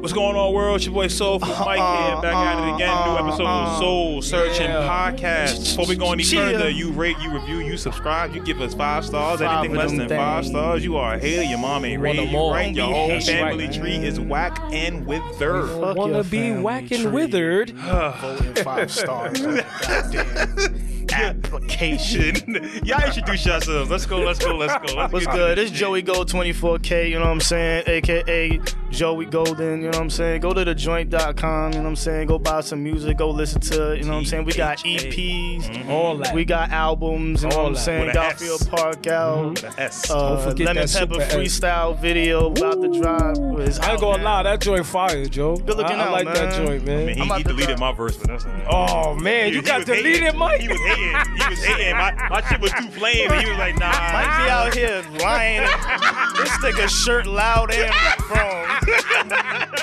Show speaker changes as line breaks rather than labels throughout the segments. What's going on, world? It's your boy Soul from Mike here,
Uh,
back at it again. New episode of Soul Searching Podcast. Before we go any
Chill.
further, you rate, you review, you subscribe, you give us five stars.
Five
Anything
of
less
them
than five
things.
stars, you are a hater. Your mom ain't
One
raised
or
you
more.
right. Your
Don't be
whole
hating.
family
Right.
tree is whack and withered.
Fuck wanna be whack and withered.
Voting five stars. Goddamn.
Application. Y'all introduce yourselves. Let's go. Let's go. Let's go. Let's
What's
get
good?
this
It's
shit.
Joey Gold 24K, you know what I'm saying? AKA Joey Golden, you know what I'm saying? Go to thejoint.com, you know what I'm saying? Go buy some music, go listen to it, you know what I'm saying? We got EPs,
All that.
we got albums, you know
Mm-hmm. All
what I'm
that.
saying?
With a S.
Garfield Park out,
The S.
uh,
Mm-hmm. Don't forget
Lemon
that
Pepper
Super S.
freestyle video about to drop. It's
I ain't
out
gonna
now.
lie, that joint fire, Joe.
Good looking
I, I
out,
like that
man.
joint,
I mean,
man.
he,
I'm about
he
to-
deleted my verse, but that's not.
Oh man,
He-
you
he
got
was hating.
deleted,
He
Mike.
was hating. He was hating. My, my shit was too flame, and he was like, nah.
Mike be out here lying. this nigga shirt loud and from.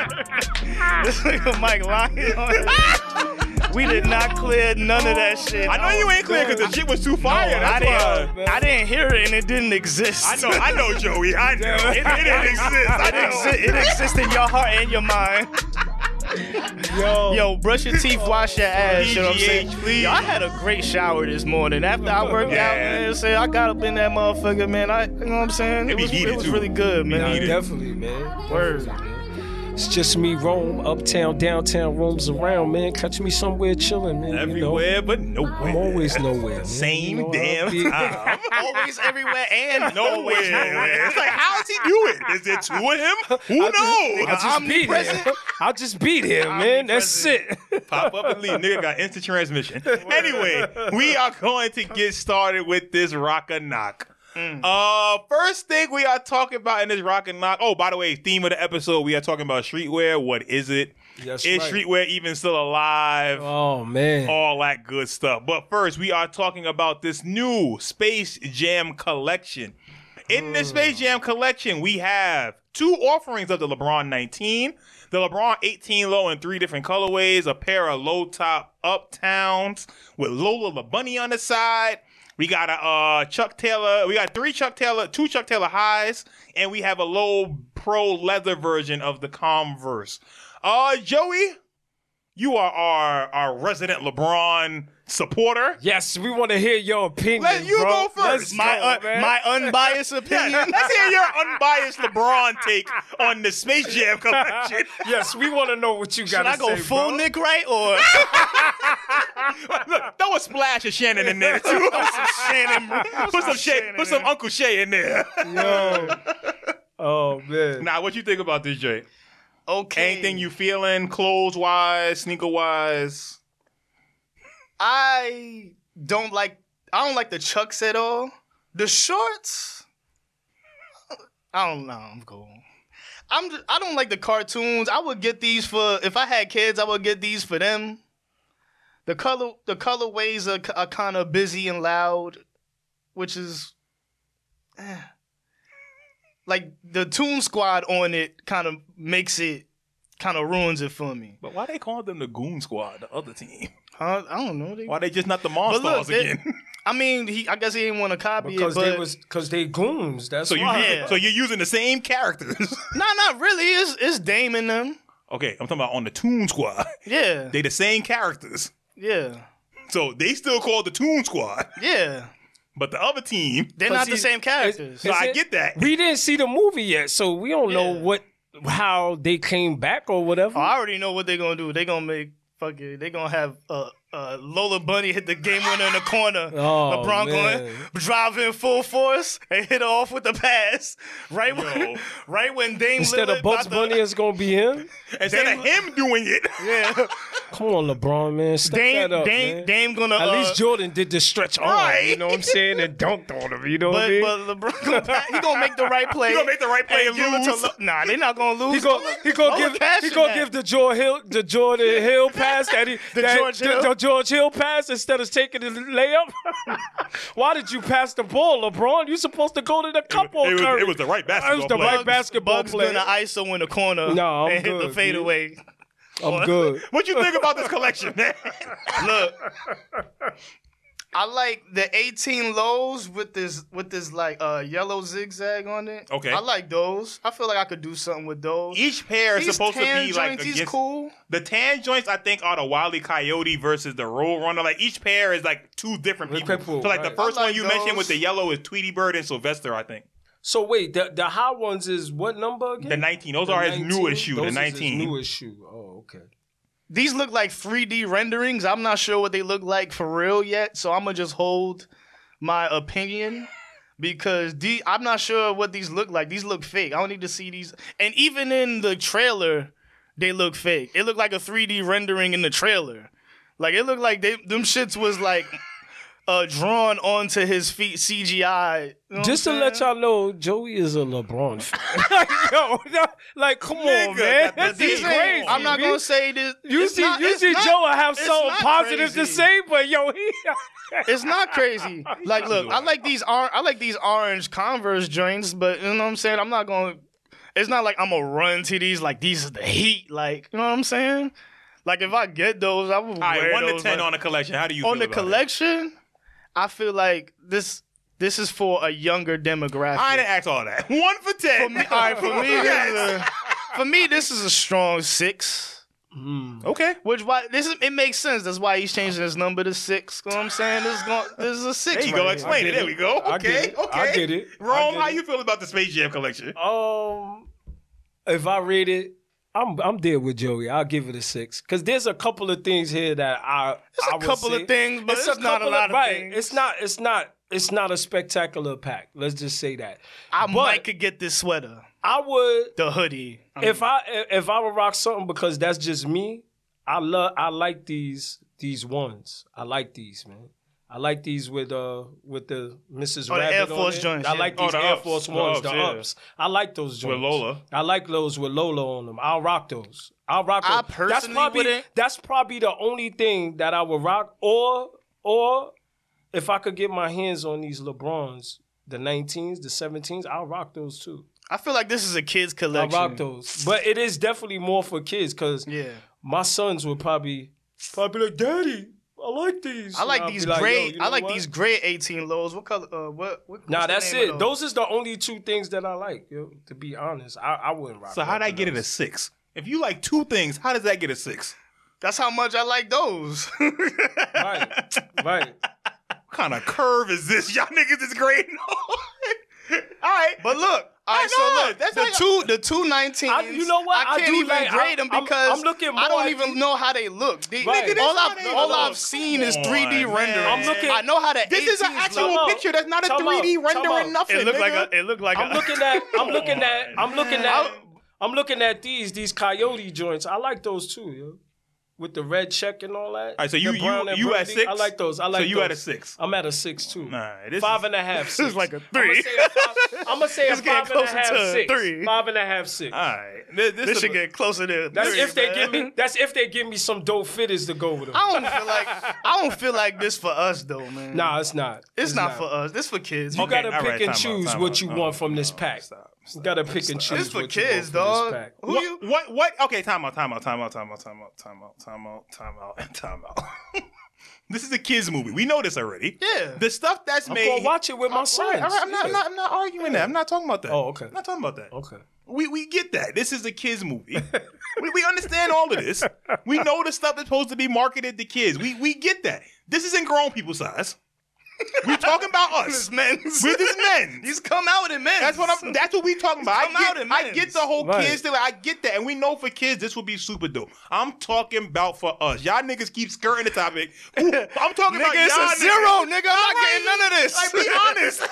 this nigga Mike lying on it. We did not clear none of that shit.
I know you ain't clear because the shit was too fire.
I
That's why.
didn't, I didn't hear it and it didn't exist.
I know, I know, Joey. I know. It, it didn't exist. I
It,
know.
exi- it exists in your heart and your mind.
Yo,
Yo, brush your teeth, wash your ass. You know what I'm saying?
BGH, please.
Yo, I had a great shower this morning. After I worked
Yeah.
out, man, say I got up in that motherfucker, man. I, you know what I'm saying?
It
It
be
was,
needed,
it was
too.
really good,
Nah,
man.
needed.
definitely, man.
Word.
It's just me, Rome, uptown, downtown, roams around, man. Catch me somewhere chilling, man.
Everywhere but nowhere.
You know? I'm always nowhere. man.
Same
You know, I'll be-
damn time.
Always, everywhere, and
Nowhere. It's like, how does he do it? Is it two of him? Who knows?
I'll just be there. I'll just be there, man. That's it.
Pop up and leave. Nigga got instant transmission. Anyway, we are going to get started with this rock and knock.
Mm.
Uh, first thing we are talking about in this rock and knock. Oh, by the way, theme of the episode we are talking about streetwear. What is it?
That's
is
right.
streetwear even still alive?
Oh man.
all that good stuff. But first, we are talking about this new Space Jam collection. In this Space Jam collection, we have two offerings of the LeBron 19, the LeBron 18 low in three different colorways, a pair of low top uptowns with Lola the Bunny on the side. We got a uh, Chuck Taylor. We got three Chuck Taylor, two Chuck Taylor highs, and we have a low pro leather version of the Converse. Uh, Joey, you are our our resident LeBron supporter.
Yes, we want to hear your opinion.
Let you
bro.
go first. uh,
Let's
my
go,
un-
man.
my unbiased opinion.
Let's hear your unbiased LeBron take on the Space Jam collection.
yes, we want to know what you got
Should
to
I
say.
go full
bro.
Nick right or
Look, throw a splash of Shannon in there too.
Shannon?
put some Shay, put some Uncle Shay in there.
Yo. Oh man.
Now, what you think about this, Jay?
Okay.
Anything you feeling, clothes wise, sneaker wise?
I don't like. I don't like the chucks at all. The shorts. I don't know. I'm cool. I'm. Just, I don't like the cartoons. I would get these for if I had kids. I would get these for them. The color. The colorways are, k- are kind of busy and loud, which is. eh. Like the Toon Squad on it kind of makes it, kind of ruins it for me.
But why they call them the Goon Squad, the other team?
Huh? I don't know. They-
Why they just not the Monsters
look, they-
again?
I mean, he, I guess he didn't want to copy
Because
it, but
they was because they goons. That's
so you
why.
so you're using the same characters.
no, not really. It's it's Dame and them.
okay, I'm talking about on the Toon Squad.
Yeah,
They the same characters.
yeah,
So they still called the Toon Squad,
yeah.
but the other team.
They're
But
not
see,
the same characters.
So
Is
I
it-
get that.
We didn't see the movie yet, so we don't know
Yeah.
what how they came back or whatever.
I already know what they're gonna do. They're gonna make fucking. They're gonna have uh, uh, Lola Bunny hit the game winner in the corner.
Oh,
LeBron
man.
going drive in full force and hit her off with the pass. Right when,
Yo.
right when Dame
Instead
Lillard
of Bugs
about to-
Bunny, it's gonna be him.
Instead of him doing it,
Yeah,
Come on, LeBron, man, step
Dame,
that up,
Dame,
man.
Dame gonna
At
uh,
least Jordan did the stretch arm, you know what I'm saying, and dunked on him. You know what I
But,
mean?
but LeBron, gonna pass- he gonna make the right play.
He gonna make the right play and
give it to
lose.
Le- nah, they not gonna lose.
He go, he go
Lola
give, he
cashing
go
that.
give the George Hill, the Jordan Hill pass that he,
The
that,
George
the,
Hill?
the George Hill pass instead of taking his layup. Why did you pass the ball, LeBron? You supposed to go to the cup on
it was-
Curry.
it was the right
It was
basketball
the
play.
right basketball
Bugs
play.
gonna ISO in the corner.
No, I'm
and hit
good,
the fadeaway.
I'm good.
what you think about this collection, man?
Look, I like the 18 lows with this with this like uh yellow zigzag on it.
Okay.
I like those. I feel like I could do something with those.
Each pair is
These
supposed to
tan
be like
joints, these
against-
cool.
the tan joints. I think are the Wily Coyote versus the Roadrunner. Like each pair is like two different
With
people.
people,
so like
right.
the first
I
one
like
you mentioned with
those.
the yellow is Tweety Bird and Sylvester. I think
So wait, the the high ones is what number again?
the 19. Those
The
are his
19?
newest shoe.
Those
The
is his
19.
newest shoe. Oh, okay.
These look like 3D renderings. I'm not sure what they look like for real yet, so I'm gonna just hold my opinion because the, I'm not sure what these look like. These look fake. I don't need to see these. And even in the trailer, they look fake. It looked like a 3D rendering in the trailer. Like it looked like they them shits was like uh, drawn onto his feet CGI. You know what
Just to
I'm
let
saying?
y'all know, Joey is a LeBron fan. yo, yo, like, come on,
Nigga,
man.
that- that-
This is
these ain't-
crazy.
I'm not
B.
gonna say this.
You
it's
see,
not-
you
it's
see,
not-
Joe have
it's
something
not
positive to
crazy.
say, but yo, he.
It's not crazy. Like, look, I like these orange. I like these orange Converse joints, but you know what I'm saying. I'm not going. to It's not like I'm gonna run to these. Like these is the heat. Like you know what I'm saying. Like if I get those, I would
All right,
wear
one to
those,
ten
like-
on the collection. How do you
on
feel
the
about
collection. I feel like this. This is for a younger demographic.
It? I didn't ask all that. One for ten.
for me, all right, for me, this is a, for me, this is a strong six.
Hmm.
okay.
Which why this is it makes sense. That's why he's changing his number to six. You know what I'm saying? This is going this is a six.
There you
right
go.
here.
Explain it. There we go.
I get
Okay.
it.
Okay.
I get it. I
Rome,
get
how
it.
you feel about the Space Jam collection?
Um, if I read it, I'm I'm there with Joey. I'll give it a six because there's a couple of things here that I
It's a
I would
couple of
say-
things, but it's not a
couple
lot of
right.
things.
It's not. It's not. It's not a spectacular pack. Let's just say that.
I
But-
might could get this sweater,
I would
the hoodie. I
if I if I would rock something because that's just me. I love. I like these these ones. I like these man. I like these with uh with the Mrs.
Oh, the
Rabbit
Air
on
Force
it.
joints,
I
yeah.
like
Oh,
these
the
Air
ups,
Force
the
ones,
ups,
the ups.
yeah.
I like those joints.
Lola.
I like those with Lola on them. I'll rock those. I'll rock those.
I personally
that's probably,
wouldn't.
That's probably the only thing that I would rock. Or or if I could get my hands on these LeBrons, the 19s, the 17s, I'll rock those too.
I feel like this is a kids
I
collection.
rock those, but it is definitely more for kids because
Yeah,
my sons would probably probably be like, "Daddy, I like these."
I like
And I'll
these
be "Yo,
gray.
you know
I like
what?
these gray eighteen lows. What color? Uh, what? what
Nah,
what's the
that's
name
it.
of
Those is the only two things that I like. Yo, to be honest, I, I wouldn't rock.
So how'd I get it a six? If you like two things, how does that get a six?
That's how much I like those.
Right, right.
What kind of curve is this? Y'all niggas is grading on. All right.
But look. All right,
know,
so look,
that's
the
like a-
two, the two nineteens.
I- you know what?
I
I
can't
do
even
like-
grade them
I- I'm-
because
I'm looking
I
more
don't
at
even
these-
know how they look. They-
Right. Nigga, this
all
how
I've,
they
all
look.
I've seen is
Come
3D
on,
renderings.
man.
I'm looking-
I know how the
This is an
18s
actual
look.
out.
picture. That's not a
Time
3D
out. Time
rendering.
out.
Nothing.
It looked like
nigga.
a. It looked like
I'm
a.
looking at. I'm looking at. I'm looking at.
man.
I'm looking at these these coyote joints. I like those too, yo. With the red check and all that.
All right, so
The
you- you-
brown and
you at
burgundy.
six?
I like those. I
So
like.
you
those.
at a six?
I'm at a six too.
Nah, this
five
is-
and a half. Six.
is like a
I'm
three.
gonna say a
It's getting
five and a
closer
half
to a
six.
three.
Five and a half six.
All right. This, this
This
is
should
a-
get closer to.
That's
three,
if they
man.
give me. That's if they give me some dope fitters to go with them.
I don't feel like I don't feel like this for us though, man.
Nah, it's not.
it's, not, for us. This for kids.
You
Okay,
gotta
all
pick
right, time
and
out,
choose
time
what
out.
you
No,
want from this
no,
pack.
stop,
You
stop,
gotta pick and choose.
This for
what you
kids,
want from this
dog.
pack.
Who
what,
you?
What? What? Okay. Time out. Time out. Time out. Time out. Time out. Time out. Time out. Time out. And time out. This is a kids movie. We know this already.
Yeah.
The stuff that's
I'm
made.
gonna watch it with my
All
sons.
right, all right, I'm not, I'm not, I'm not arguing that. I'm not talking about that.
Oh, okay.
I'm not talking about that.
Okay.
We we get that. This is a kids movie. we, we understand all of this. We know the stuff that's supposed to be marketed to kids. We we get that. This isn't grown people size. We're talking about us.
This men's.
We're just men.
He's come out in men.
That's what I'm. That's what we talking about.
Come
I
out
get,
and
I
men's.
get the whole
Right.
kids thing. I get that, and we know for kids this would be super dope. I'm talking about for us. Y'all niggas keep skirting the topic. Ooh, I'm talking about
Nigga, it's
y'all
a zero, nigga. I'm not
Alright.
getting none of this.
Like, be honest.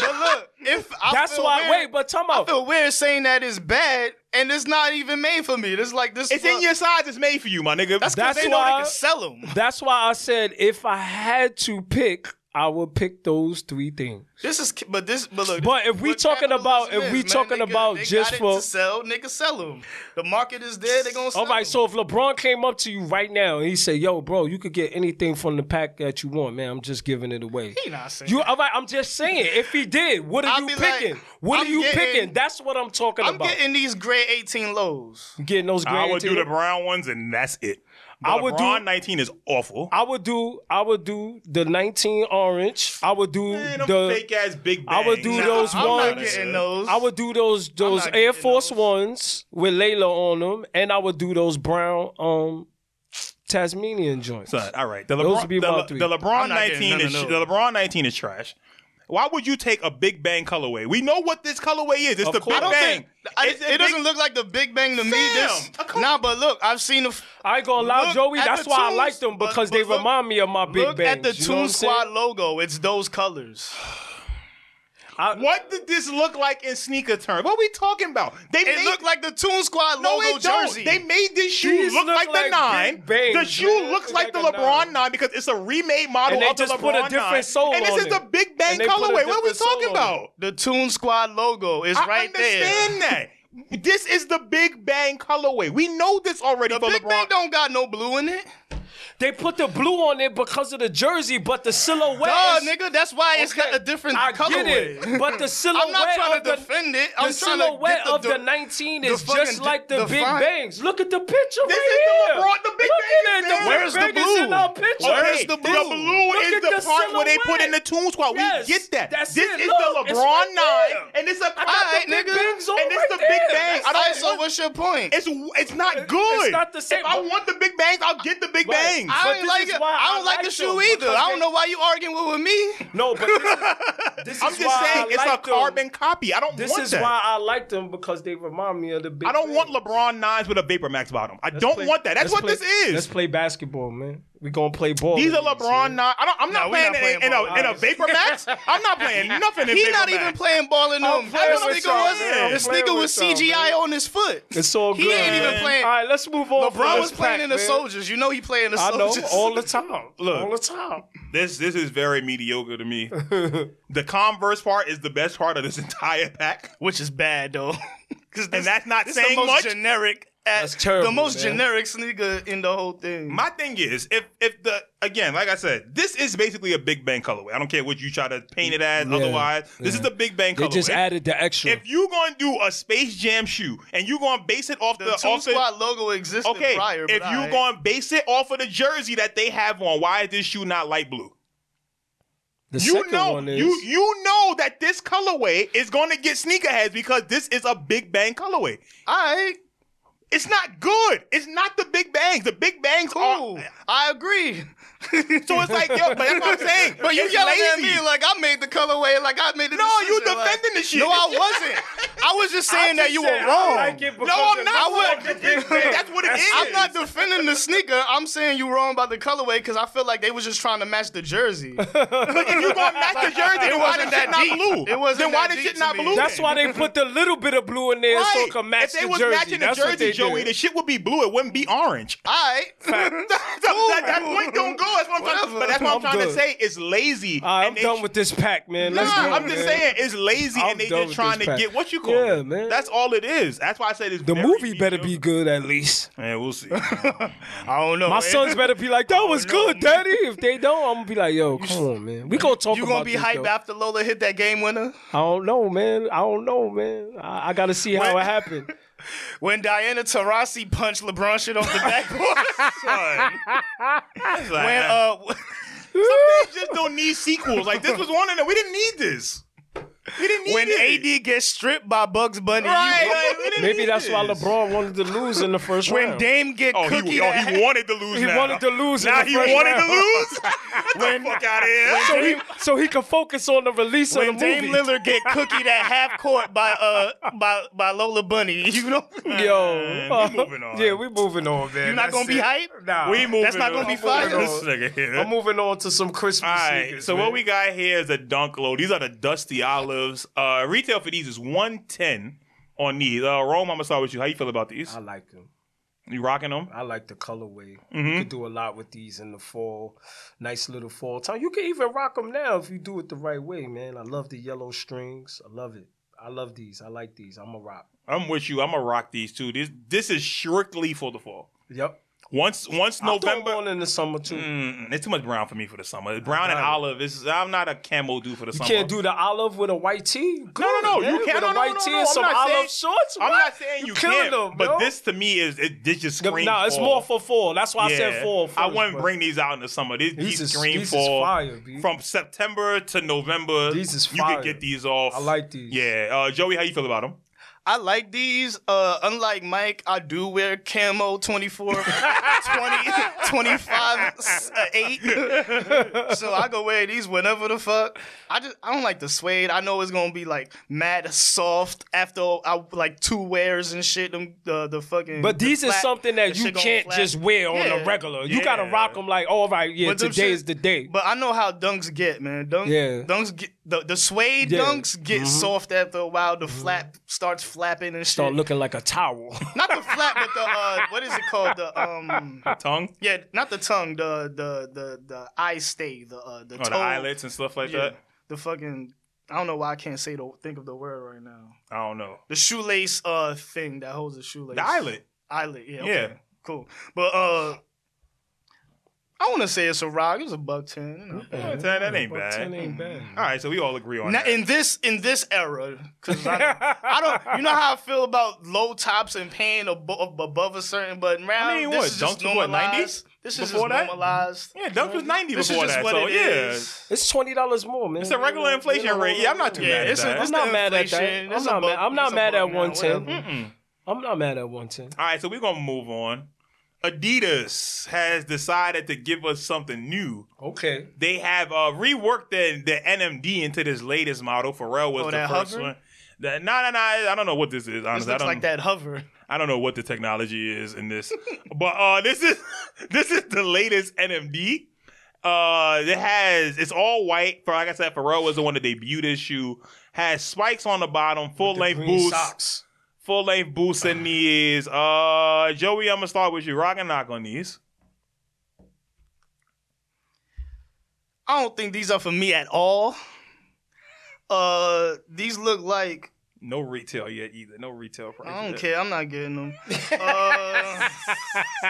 But look, if I
That's
feel
why.
weird-
Wait, but talking
I
about.
feel weird saying that is bad, and it's not even made for me. It's like this.
it's
for-
in your size. It's made for you, my nigga.
That's because
That's
they know they
why-
can sell them.
That's why I said if I had to pick, I would pick those three things.
This is, but this, but look.
But if we
but
talking
capitalism
about- if we
is, man.
talking
Nigga,
about
they
just
got it
for-
to sell, nigga, sell them. The market is there. They gonna sell.
All right, so if LeBron came up to you right now and he said, "Yo, bro, you could get anything from the pack that you want, man. I'm just giving it away."
He not saying
You all right? I'm just saying. If he did, what are
I'd
you
be like,
picking? what
I'm
are you
getting-
picking? That's what I'm talking
I'm
about.
getting these gray 18 lows.
You getting those.
I would
guaranteed-
do the brown ones, and that's it. The
I would do-
LeBron 19 is awful.
I would do. I would do the 19 orange. I would do
Man, them
the.
fake ass big.
I would do
bangs.
those
I'm
ones.
not getting those.
I would do those those
not
Air
getting
Force
those.
ones with Layla on them, and I would do those brown um Tasmanian joints.
Son, all right. The LeBron,
Those would be
the,
my
Le-
three.
the LeBron
I'm not
19
getting none
is the
of those.
LeBron 19 is trash. Why would you take a Big Bang colorway? We know what this colorway is. It's
Of
the Big
course.
I don't
Bang.
think I,
It's
it
the
doesn't
Big-
look like the Big Bang to me.
Fam,
This,
a couple-
nah, but look, I've seen the
I ain't gonna lie,
Look
Joey.
at
That's
the
why I
Toon-
like them
but-
because
but
they
look-
remind me of my Big
look
Bang.
at the Toon Squad logo. It's those colors.
What did this look like in sneaker terms? What are we talking about? They
It looked like the Toon Squad
no,
logo
it don't.
jersey.
They made this shoe
These
look,
look
like,
like
the nine.
Big Bangs,
the shoe
man.
looks
Look
like,
like
the
a
LeBron
nine.
nine. because it's a remade model
And they
of the
just
LeBron
put a different
nine.
sole
and this
on
is
it.
the Big Bang
And they put a
colorway. What are we
different sole
talking
on
about?
the Toon Squad logo is
I
right there.
understand that. This is the Big Bang colorway. We know this already
The
for
Big
LeBron.
Bang don't got no blue in it.
They put the blue on it because of the jersey, but the silhouette.
Duh,
is-
nigga, that's why it's
Okay,
got a different
I
colorway.
get it, but the silhouette.
I'm not trying
of
to
the,
defend it.
The
I'm trying to get
silhouette
the
of
di-
the 19
the
is
fucking
just
di-
like the
the
Big
fine-
Bangs. Look at the picture
This
right
is the
here.
LeBron- the Big
Look
Bang is
at it.
there.
The
Where's
the
Big Bang is in
blue?
our picture.
Where's
Hey,
the
The
blue?
blue
Look
is
at
the,
the
part where they put in the
silhouette.
Toon Squad.
Yes,
we get that.
that's
This
it.
is
Look,
the
it's
LeBron
right there.
nine, and it's a
I got
classic
the Big
nigga.
Bangs on
and it's
right
the
there.
Big Bang. I
All right,
don't.
so what's your point?
it's it's not good.
not the same,
If I
but-
want the Big Bangs, I'll get the Big
Right.
Bangs.
But
I don't
this
like
is
it.
why
I
I
don't like the
like
shoe
them,
either.
because
I
they-
don't know why you arguing with me.
No, but this, this
I'm
is
just
why
saying,
I
it's
like
a
them.
carbon copy. I don't
This
want
is
that.
why I like them because they remind me of the Big.
I don't
Bang.
want LeBron nines with a Vapor Max bottom. I don't
Let's play-
want that. That's what
let's play-
this is.
Let's play basketball, man. We gonna play ball.
These
with
are LeBron
man.
nine. I don't, I'm not
Nah, we
playing, in,
not
a,
playing
in, a, in a
Ball.
Vapor Max. I'm not playing nothing in
He
Vapor
not
Max.
even playing ball in
I'm
them.
playing
That's what
with
nigga
y'all,
was.
man. I'm
This
playing
nigga
with
was
y'all,
CGI on his foot.
It's all good.
He ain't even
man.
playing-
All right, let's move on. from
LeBron
this
was playing
pack,
in the
man.
soldiers. You know he playing the
I know
soldiers.
all the time.
Look.
all the time.
This this is very mediocre to me. the Converse part is the best part of this entire pack,
Which is bad though. Cause
and that's not
this
saying
the
much.
most generic.
That's terrible,
The most
man.
generic sneaker in the whole thing.
My thing is, if if the again, like I said, this is basically a Big Bang colorway. I don't care what you try to paint it as.
Yeah,
otherwise, this
yeah.
is the Big Bang
They
colorway.
just added the extra.
if you gonna do a Space Jam shoe and you gonna base it off the,
the Toon
off the-
Squad logo existed
okay,
prior.
if
but
you
aight.
gonna base it off of the jersey that they have on, why is this shoe not light blue?
the
You
second
know,
one is
you you know that this colorway is going to get sneakerheads because this is a Big Bang colorway.
all right,
It's not good. It's not the Big Bangs. The Big Bangs
cool.
are.
I agree.
So it's like, yo, but that's what I'm saying.
But you
It's
yelling
lazy.
at me like I made the colorway, like I made the
No,
decision.
you
like-
defending the shit.
No, I wasn't. I was just
I
saying that
just
you
said
were
I
wrong.
like it because
No, I'm
it
not.
looks
Like
like
the
the Big
Big Bang.
Bang.
That's what it is.
I'm not defending the sneaker. I'm saying you wrong about the colorway because I feel like they was just trying to match the jersey.
But if you gonna match the jersey, then why the shit
wasn't that
not
deep.
blue?
It wasn't
then why
that
the
deep
shit
to
not
me.
blue?
That's
then?
why they put the little bit of blue in there so
Right.
it can match
if they
the
was
jersey.
matching the
That's what
jersey,
they
Joey,
did.
the shit would be blue. It wouldn't be orange.
All right.
that, that- that point don't go. That's what I'm trying.
Whatever.
But that's what I'm,
I'm
trying to
good.
say. It's lazy.
All right, I'm
and they
done with this pack, man.
Nah,
Let's go,
I'm just
man.
saying it's lazy
I'm
and they
done
just
with
trying to
this pack.
get what you call
Yeah,
it.
man.
That's all it is. That's why I said it's
The
very
movie better be
mediocre.
good at least.
Man, we'll see.
I don't know.
My
man.
sons better be like, that was
no, man.
good, daddy. If they don't, I'm gonna be like, yo, come on, man. We gonna talk
You
about
gonna be
this,
hype
though.
after Lola hit that game winner?
I don't know, man. I don't know, man. I, I gotta see how
When-
it happened.
When Diana Taurasi punched LeBron shit off the backboard. when uh,
We just don't need sequels. Like this was one of them. We didn't need this. We didn't need
when
it.
AD gets stripped by Bugs Bunny, you-
Right, like, we didn't
Maybe
need
that's why
this.
LeBron wanted to lose in the first
when
round.
Dame get
Oh,
cookie,
he, oh, he wanted to lose.
he
now.
wanted to lose. in
Now
the
he
first
wanted
round.
to lose. Get the fuck out of here.
so he so he could focus on the release
when
of the
Dame
movie.
Lillard get cookie that half court by uh by by Lola Bunny, you know
Yo,
Man, we moving on.
Yeah, we moving on, man.
you're not gonna be hype.
Nah,
we moving.
That's not gonna
on.
be fire.
This nigga here.
I'm moving on to some Christmas.
All right.
sneakers,
so
man.
what we got here is a dunk low. These are the dusty olives. Uh, retail for these is one ten on these. Uh, Rome, I'm gonna start with you. How you feel about these?
I like them.
You rocking them?
I like the colorway. You
Mhm.
could do a lot with these in the fall. Nice little fall time. You can even rock them now if you do it the right way, man. I love the yellow strings. I love it. I love these. I like these. I'm a rock.
I'm with you. I'm gonna rock these two. This this is strictly for the fall.
Yep.
Once once
I'll throw 'em
November,
on in the summer too.
Mm, it's too much brown for me for the summer. Brown and
got it.
olive. Is I'm not a camel dude for the
You
summer.
can't do the olive with a white tee. Good,
no, no,
man.
you can't-
With
no,
a
no,
white
no,
tee
no,
and
I'm
some
not
olive
saying-
shorts.
I'm
What?
not saying you,
killing
can't,
them,
but
yo.
this to me is it, this just
No,
screams.
it's
fall.
more for fall. That's why I
Yeah.
said fall.
I
first,
wouldn't
but
bring these out in the summer. These,
These
these,
is-
scream
these is
fall
fire, B.
from September to November.
These is
You
fire.
could get these off.
I like these.
Yeah, uh, Joey, how you feel about them?
I like these. Uh, unlike Mike, I do wear camo 24, 20, 25, s- uh, 8. so I go wear these whenever the fuck. I just I don't like the suede. I know it's gonna be like mad soft after I, like two wears and shit. Them the the fucking.
But these
the
is
flat-
something
the
that you
shit gonna
can't
flat.
just wear on
Yeah.
a regular. You gotta
Yeah.
rock them like, oh, all right, yeah,
But them
today
shit-
is the day.
But I know how dunks get, man. Dunks,
Yeah.
dunks get the, the suede
Yeah.
dunks get soft after a while. The flap starts flapping and shit.
Start looking like a towel.
Not the flap, but the uh, what is it called? The um,
Tongue?
yeah, not the tongue. The the the the eye stay. The uh, the
Or
toe.
Oh, the eyelets and stuff like
Yeah.
that?
The fucking. I don't know why I can't say the think of the word right now.
I don't know.
The shoelace uh thing that holds the shoelace.
The eyelet.
Eyelid. Yeah. Okay.
Yeah.
Cool. But uh, I want to say it's a rock. It's a buck ten. You know.
Ten, that ain't
Buck
bad.
ten ain't bad.
All right, so we all agree on
Now,
that.
in this in this era, because I, I don't, you know how I feel about low tops and paying above, above a certain button. Man,
I mean,
this
what,
is just
Dunks was what, 90s?
normalized. This is just
Before that?
normalized.
yeah, Dunk was 90
This is
before
just
that,
what
so
it
yeah.
is.
It's twenty dollars more, man.
It's a regular inflation rate. Yeah, I'm not too
Yeah,
mad at
it's a-
that.
it's
I'm
the
not mad at that.
inflation.
I'm
It's a
not mad.
buck-
I'm
it's
not
a
mad
buck
at
now,
one ten.
whatever.
Mm-mm.
I'm not mad at one ten.
All right, so we're going to move on. Adidas has decided to give us something new.
Okay.
They have uh, reworked the, the NMD into this latest model. Pharrell was
Oh,
the
that
first
hover?
one. That, nah, nah, nah. I don't know what this is.
This
Honestly, I
looks
don't,
like that hover.
I don't know what the technology is in this, but uh, this is this is the latest NMD. Uh, it has it's all white. For like I said, Pharrell was the one that debuted this shoe. Has spikes on the bottom, full
The
length
green
boots,
socks.
full length boots in these. Uh, Joey, I'm gonna start with you. Rock and knock on these.
I don't think these are for me at all. Uh, these look like
No retail yet either. No retail price.
I don't
yet.
care. I'm not getting them. Uh,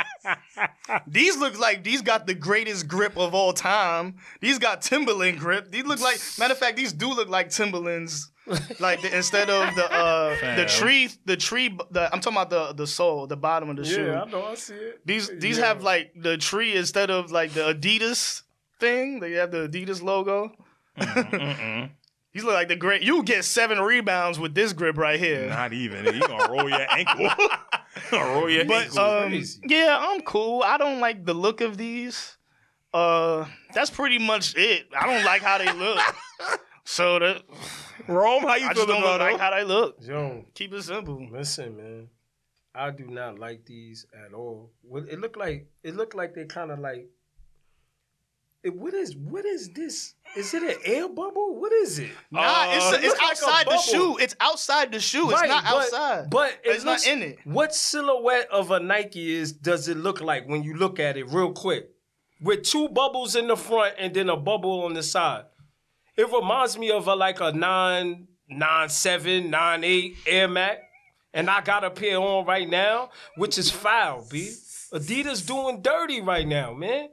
these look like these got the greatest grip of all time. These got Timberland grip. These look like matter of fact, these do look like Timberlands. Like the, instead of the uh, the
Fam.
tree, the tree. The, I'm talking about the the sole, the bottom of the shoe.
Yeah, I know. I see it.
These these
Yeah.
have like the tree instead of like the Adidas thing. They have the Adidas logo.
Mm-mm.
These look like the great. You get seven rebounds with this grip right here.
Not even. You gonna roll your ankle. Gonna roll your
But
ankle.
um,
crazy.
yeah, I'm cool. I don't like the look of these. Uh, that's pretty much it. I don't like how they look. so that
Rome, how you
I
feel
just don't
about
like
it?
how they look.
Yo,
Keep it simple.
listen, man. I do not like these at all. What it looked like? It looked like they kind of like. It, what is what is this? Is it an air bubble? What is it?
Nah, it's,
Uh,
it's
looks like a
outside the
bubble.
shoe. It's outside the shoe.
Right,
it's not
but-
outside.
But it
It's not
looks-
in it.
What silhouette of a Nike is does it look like when you look at it real quick? With two bubbles in the front and then a bubble on the side. It reminds me of a like a nine, nine seven, nine eight Air Mac. And I got a pair on right now, which is foul, B. Adidas doing dirty right now, man.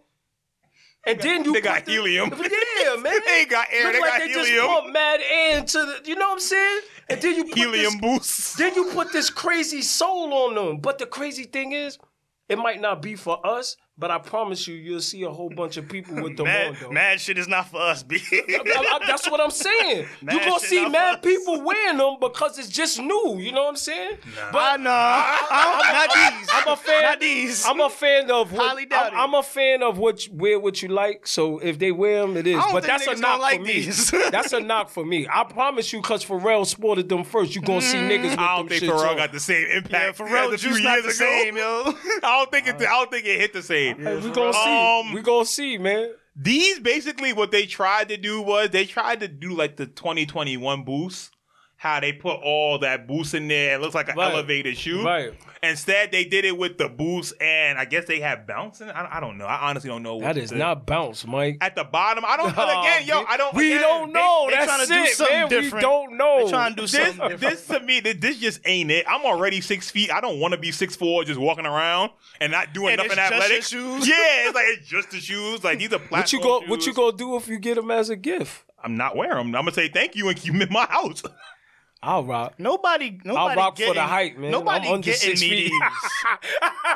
And then you
They
put
got
the-
helium.
Yeah, man.
They ain't got air,
Look
they
like
got
they
helium.
just pumped mad air into the. You know what I'm saying? And then you put this
helium boost.
then you put this crazy soul on them. But the crazy thing is, it might not be for us, but I promise you, you'll see a whole bunch of people with them on
Mad,
though.
mad shit is not for us, B.
I- I- that's what I'm saying. you
Mad
gonna
shit
see
off
mad
us.
people wearing them because it's just new. You know what I'm saying?
I
But
know. I don't- Not these.
I'm a fan.
Not these.
I'm a fan of what
Highly doubt
I'm,
it.
I'm a fan of what you- wear what you like. So if they wear them, it is.
I don't
But
think
that's a
niggas
knock
gonna like
for me.
these.
that's a knock for me. I promise you, cause Pharrell sported them first. You gonna see
Mm,
niggas. With
I don't
them
think
shits
Pharrell
on.
got the same
yeah,
impact. as
Pharrell
a few
juice not the
years ago.
same, Uh. yo.
I don't think it. I don't think it hit the same.
We gonna see.
Um,
We gonna see, man.
These basically what they tried to do was they tried to do like the 2021 boost how they put all that boost in there. It looks like an
Right.
elevated shoe.
Right.
Instead, they did it with the boost, and I guess they had bouncing. I, I don't know. I honestly don't know. What
That is
the-
not bounce, Mike.
at the bottom. I don't.
Nah,
again, yo, I don't.
We
again,
don't
they-
know.
oh, they
That's
tryna do
it,
something
man. We
different.
don't know.
They trying to do
this,
something different.
this to me, this, this just ain't it. I'm already six feet. I don't want to be six four, just walking around and not doing
And
nothing
it's just your
athletics.
shoes?
Yeah, it's like it's just the shoes. Like these are platform
what you go?
Shoes.
What you gonna do if you get them as a gift?
I'm not wearing them. I'm gonna say thank you and keep them in my house.
I'll rock.
Nobody, nobody
rock for the
getting,
hype, man.
Nobody
I'm under
getting
six
me
feet.
these.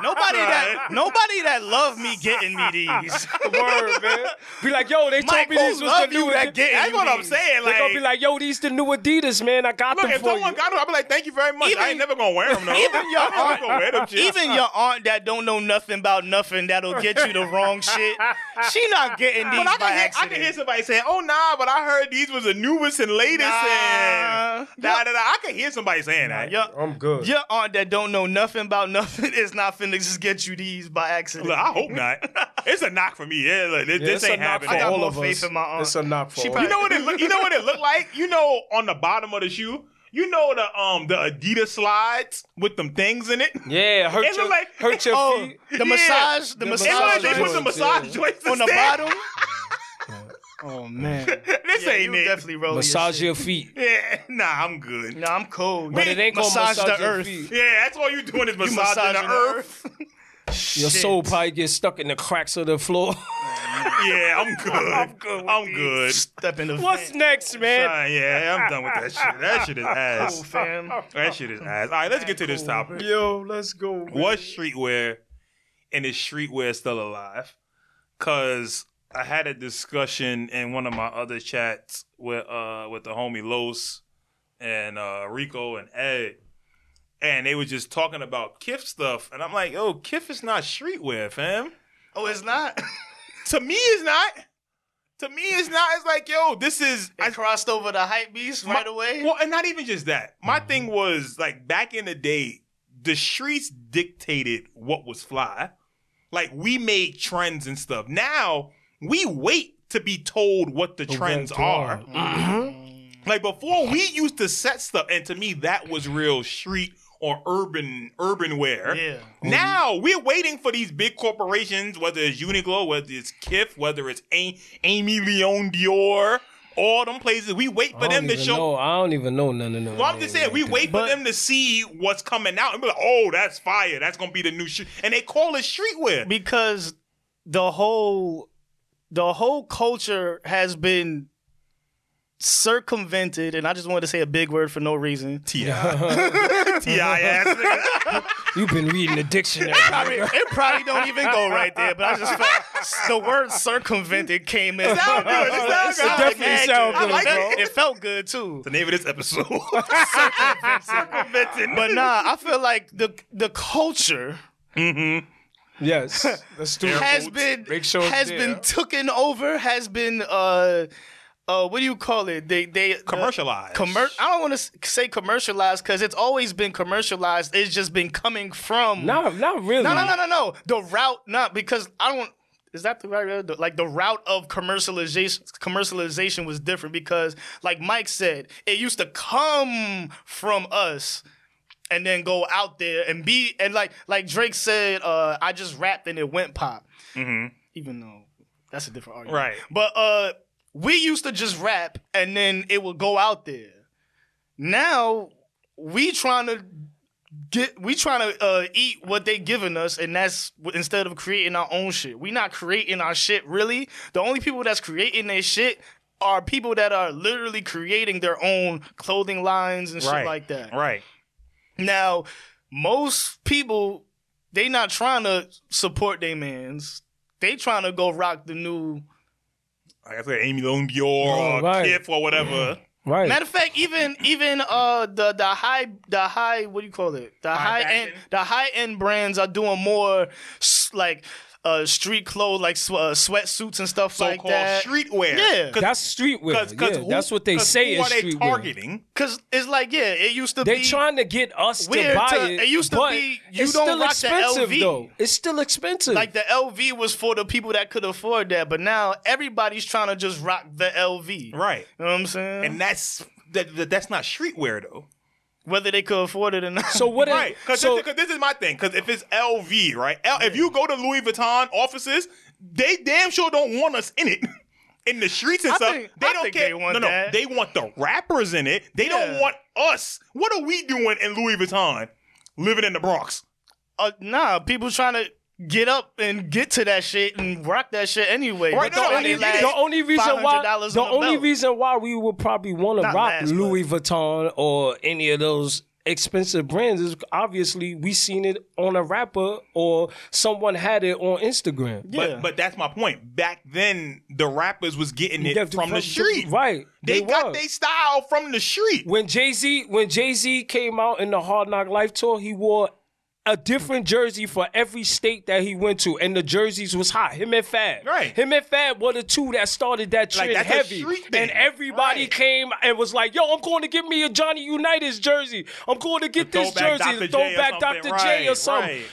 nobody that, nobody that love me getting me these.
Word, man. Be like, yo, they
Mike
told me
Cole
these was
love
the
you
new
that
Adidas.
getting
That's
you
what I'm
these.
saying.
They gonna be
Like,
like, yo, these the new Adidas, man. I got
look,
them
if
for you.
someone got them, I'll be like, thank you very much. I ain't never gonna wear them. though.
even your
I'm never
aunt-
gonna wear them. shit.
Even your aunt that don't know nothing about nothing that'll get you the wrong shit. She not getting these
But I
by
can, hear, I
accident.
can hear somebody saying, "Oh nah," but I heard these was the newest and latest.
Nah.
and da, da, da. I can hear somebody saying that.
your,
I'm good.
your aunt that don't know nothing about nothing is not finna just get you these by accident.
Look, I hope not. it's a knock for me. Yeah, look, this,
Yeah,
this
it's a
ain't
knock
happening.
for
I got
all
more
of
faith
us.
in my aunt.
It's a knock for
She
all.
probably-
You know what it look, you know what it looked like? You know on the bottom of the shoe, you know the um the Adidas slides with them things in it.
Yeah, hurt
It
your,
look like-
hurt your
Oh,
feet.
the
Yeah.
massage, the,
The
It look like
massage
they put some
joints,
massage
yeah.
joints
on the
instead.
bottom. oh man,
This
yeah,
ain't
you
it.
definitely roll
Massage
your.
your feet.
Yeah, nah, I'm good.
Shit. Nah, I'm cold.
But it ain't gonna
massage,
massage
the
your
earth.
feet.
Yeah, that's all you doing is
You
massaging,
massaging
the earth.
Your
Shit.
soul probably gets stuck in the cracks of the floor.
Yeah, I'm good. I'm good. I'm good.
Step in the
What's
van.
next, man?
Uh, yeah, I'm done with that shit. That shit is
Cool,
ass.
fam.
That shit is ass. All right, let's get to this topic.
Oh, Yo, let's go.
What streetwear and is streetwear still alive? Cause I had a discussion in one of my other chats with uh with the homie Los and uh Rico and Ed. And they were just talking about Kif stuff. And I'm like, oh, Kif is not streetwear, fam.
Oh, it's not.
To me it's not. To me it's not. It's like, yo, this is
I crossed over the hype beast
My-
right away.
Well, and not even just that. My
Mm-hmm.
thing was like back in the day, the streets dictated what was fly. Like we made trends and stuff. Now we wait to be told what the trends are.
Mm-hmm. Mm,
Like before, we used to set stuff, and to me, that was real street or urban urban wear. Mm-hmm.
Yeah.
Now we're waiting for these big corporations, whether it's Uniqlo, whether it's Kif, whether it's A- Amy Leon Dior, all them places. We wait for
I
them
don't
to
even
show.
know. I don't even know none of them.
Well, I'm just saying, we wait for them to see what's coming out and be like, oh, that's fire. That's going to be the new shit. And they call it streetwear.
because the whole the whole culture has been circumvented and i just wanted to say a big word for no reason
T.I. T.I. ass nigga.
You've been reading the dictionary.
I mean, it probably don't even go right there but i just felt the word circumvented came in
sound good, it sound good.
Definitely sound
I
good,
like
bro.
it. it felt good too
The name of this episode. Circumventing.
but nah i feel like the the culture
yes, let's do it.
has been
Make sure it's
has
there.
been taken over has been uh uh what do you call it they they commercial.
commercialized.
Commer- I don't want to say commercialized because it's always been commercialized. It's just been coming from.
Not, not really.
no, no, no, no, no. The route, not because I don't. Is that the right route? The- Like the route of commercialization, commercialization was different because, like Mike said, it used to come from us, and then go out there and be and like like Drake said, uh, I just rapped and it went pop. Even though that's a different argument,
Right.
But uh, we used to just rap and then it would go out there. Now we trying to get we trying to uh, eat what they giving us, and that's w- instead of creating our own shit. We not creating our shit really. The only people that's creating their shit are people that are literally creating their own clothing lines and shit
Right.
like that.
Right.
Now, most people they not trying to support their mans. They trying to go rock the new.
Like I said, Amy Lone Dior or
Oh, right.
Kif or whatever.
Right.
Matter of fact, even even uh the the high the high what do you call it the high,
High
end
fashion?
the high end brands are doing more s- like uh street clothes like sw- uh, sweatsuits and stuff
So
like
called
that.
streetwear.
Yeah,
that's streetwear. yeah,
who-
that's what they
'cause
say
Who
is
are they
streetwear.
targeting?
because it's like yeah, it used to
They
be
trying to get us to
Weird
buy
to-
it.
it used to
but
be, you
it's
don't
still
rock the
expensive
LV.
though. It's still expensive.
like the LV was for the people that could afford that, but now everybody's trying to just rock the LV.
Right.
You know what I'm saying?
And that's that, that that's not streetwear though.
whether they could afford it or not.
So what?
Right, because
so,
this, is my thing. Because if it's LV, right? L, If you go to Louis Vuitton offices, they damn sure don't want us in it. In the streets and
I
stuff,
think-
they
I
don't
think
care.
they want
no, no,
that.
they want the rappers in it. They
Yeah.
don't want us. What are we doing in Louis Vuitton, living in the Bronx?
uh, nah, people trying to get up and get to that shit and rock that shit anyway.
Right,
But
no,
don't
no,
let
I
it
mean,
last
the
the only reason why
$500
the
on
only
belt.
reason why we would probably want to
Not
rock
last, but-
Louis Vuitton or any of those expensive brands is obviously we seen it on a rapper or someone had it on Instagram.
But
Yeah.
but that's my point. Back then, the rappers was getting it
Yeah,
from the street.
right?
They, got
were.
their style from the street.
when Jay Z when Jay Z came out in the Hard Knock Life tour, he wore a different jersey for every state that he went to, and the jerseys was hot. Him and Fab,
Right.
Him and Fab were the two that started that
Like,
trend
that's a
heavy,
street thing.
and everybody
Right.
came and was like, "Yo, I'm going to get me a Johnny Unitas jersey. I'm going to get
The
this
throwback
jersey, the
Dr. J or
throwback Dr.
something."
J or
Right,
something."
right.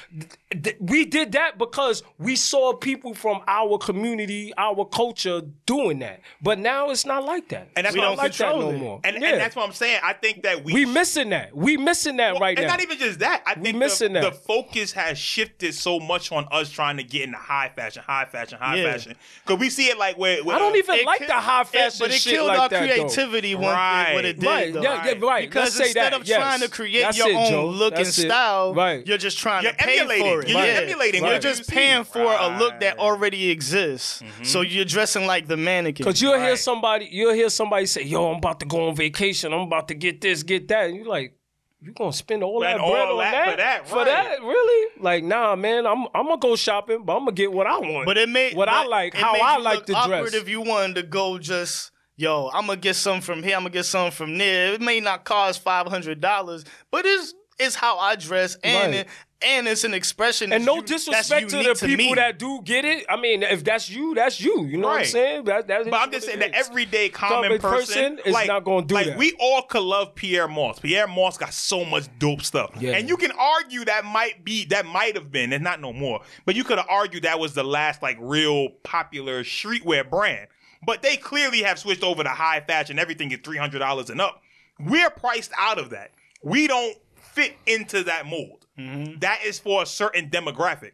Th- th- we did that because we saw people from our community, our culture doing that. But now it's not like that.
And that's
we
why I
don't
don't
like that
control
no
it.
more.
And,
Yeah.
and that's what I'm saying. I think that we
we missing that. We missing that
Well,
right
and
now.
not even just that. I think
missing
the,
that.
the focus has shifted so much on us trying to get into high fashion, high fashion, high
Yeah.
fashion. Because we see it like where, where
I don't even
It
like
ki-
the high fashion
but it
shit
killed
like
our
that, though.
creativity one
Right.
thing what it did
Right,
though.
yeah, yeah, right.
Because
Let's say
instead
that,
of
yes.
trying to create
That's
your
it,
own
Joe.
look
That's
and
it.
style,
Right.
you're just trying
You're
to pay
emulating.
for it.
You're
yeah.
emulating what
You're
you
just
see.
paying for a look that already exists. So you're dressing like the mannequin.
Mm-hmm. Cause you'll hear
Right.
somebody, you'll hear somebody say, "Yo, I'm about to go on vacation. I'm about to get this, get that." And you're like, "You gonna spend all
Spend
that bread
all
on
that
that
for that,
For
right.
that, really? Like, nah, man. I'm I'm gonna go shopping, but I'm gonna get what I want.
But it made
what I
but
like,
it
how
made
I
you
like
look
to
awkward
dress.
If you wanted to go just yo, I'm gonna get some from here, I'm gonna get some from there. It may not cost five hundred dollars, but it's it's how I dress and
Right.
and it's an expression.
and
that's
no
u- that's
disrespect to the
unique
people
me.
that do get it. I mean, if that's you, that's you. You know what I'm
Right.
saying? That, that is
But I'm
what
just saying
it
the
is.
everyday common
Common
person,
person is not gonna do
like,
that.
We all could love Pierre Moss. Pierre Moss got so much dope stuff,
Yeah.
and you can argue that might be that might have been, and not no more. But you could have argued that was the last like real popular streetwear brand. But they clearly have switched over to high fashion. Everything is three hundred dollars and up. We're priced out of that. We don't fit into that mold.
Mm-hmm.
That is for a certain demographic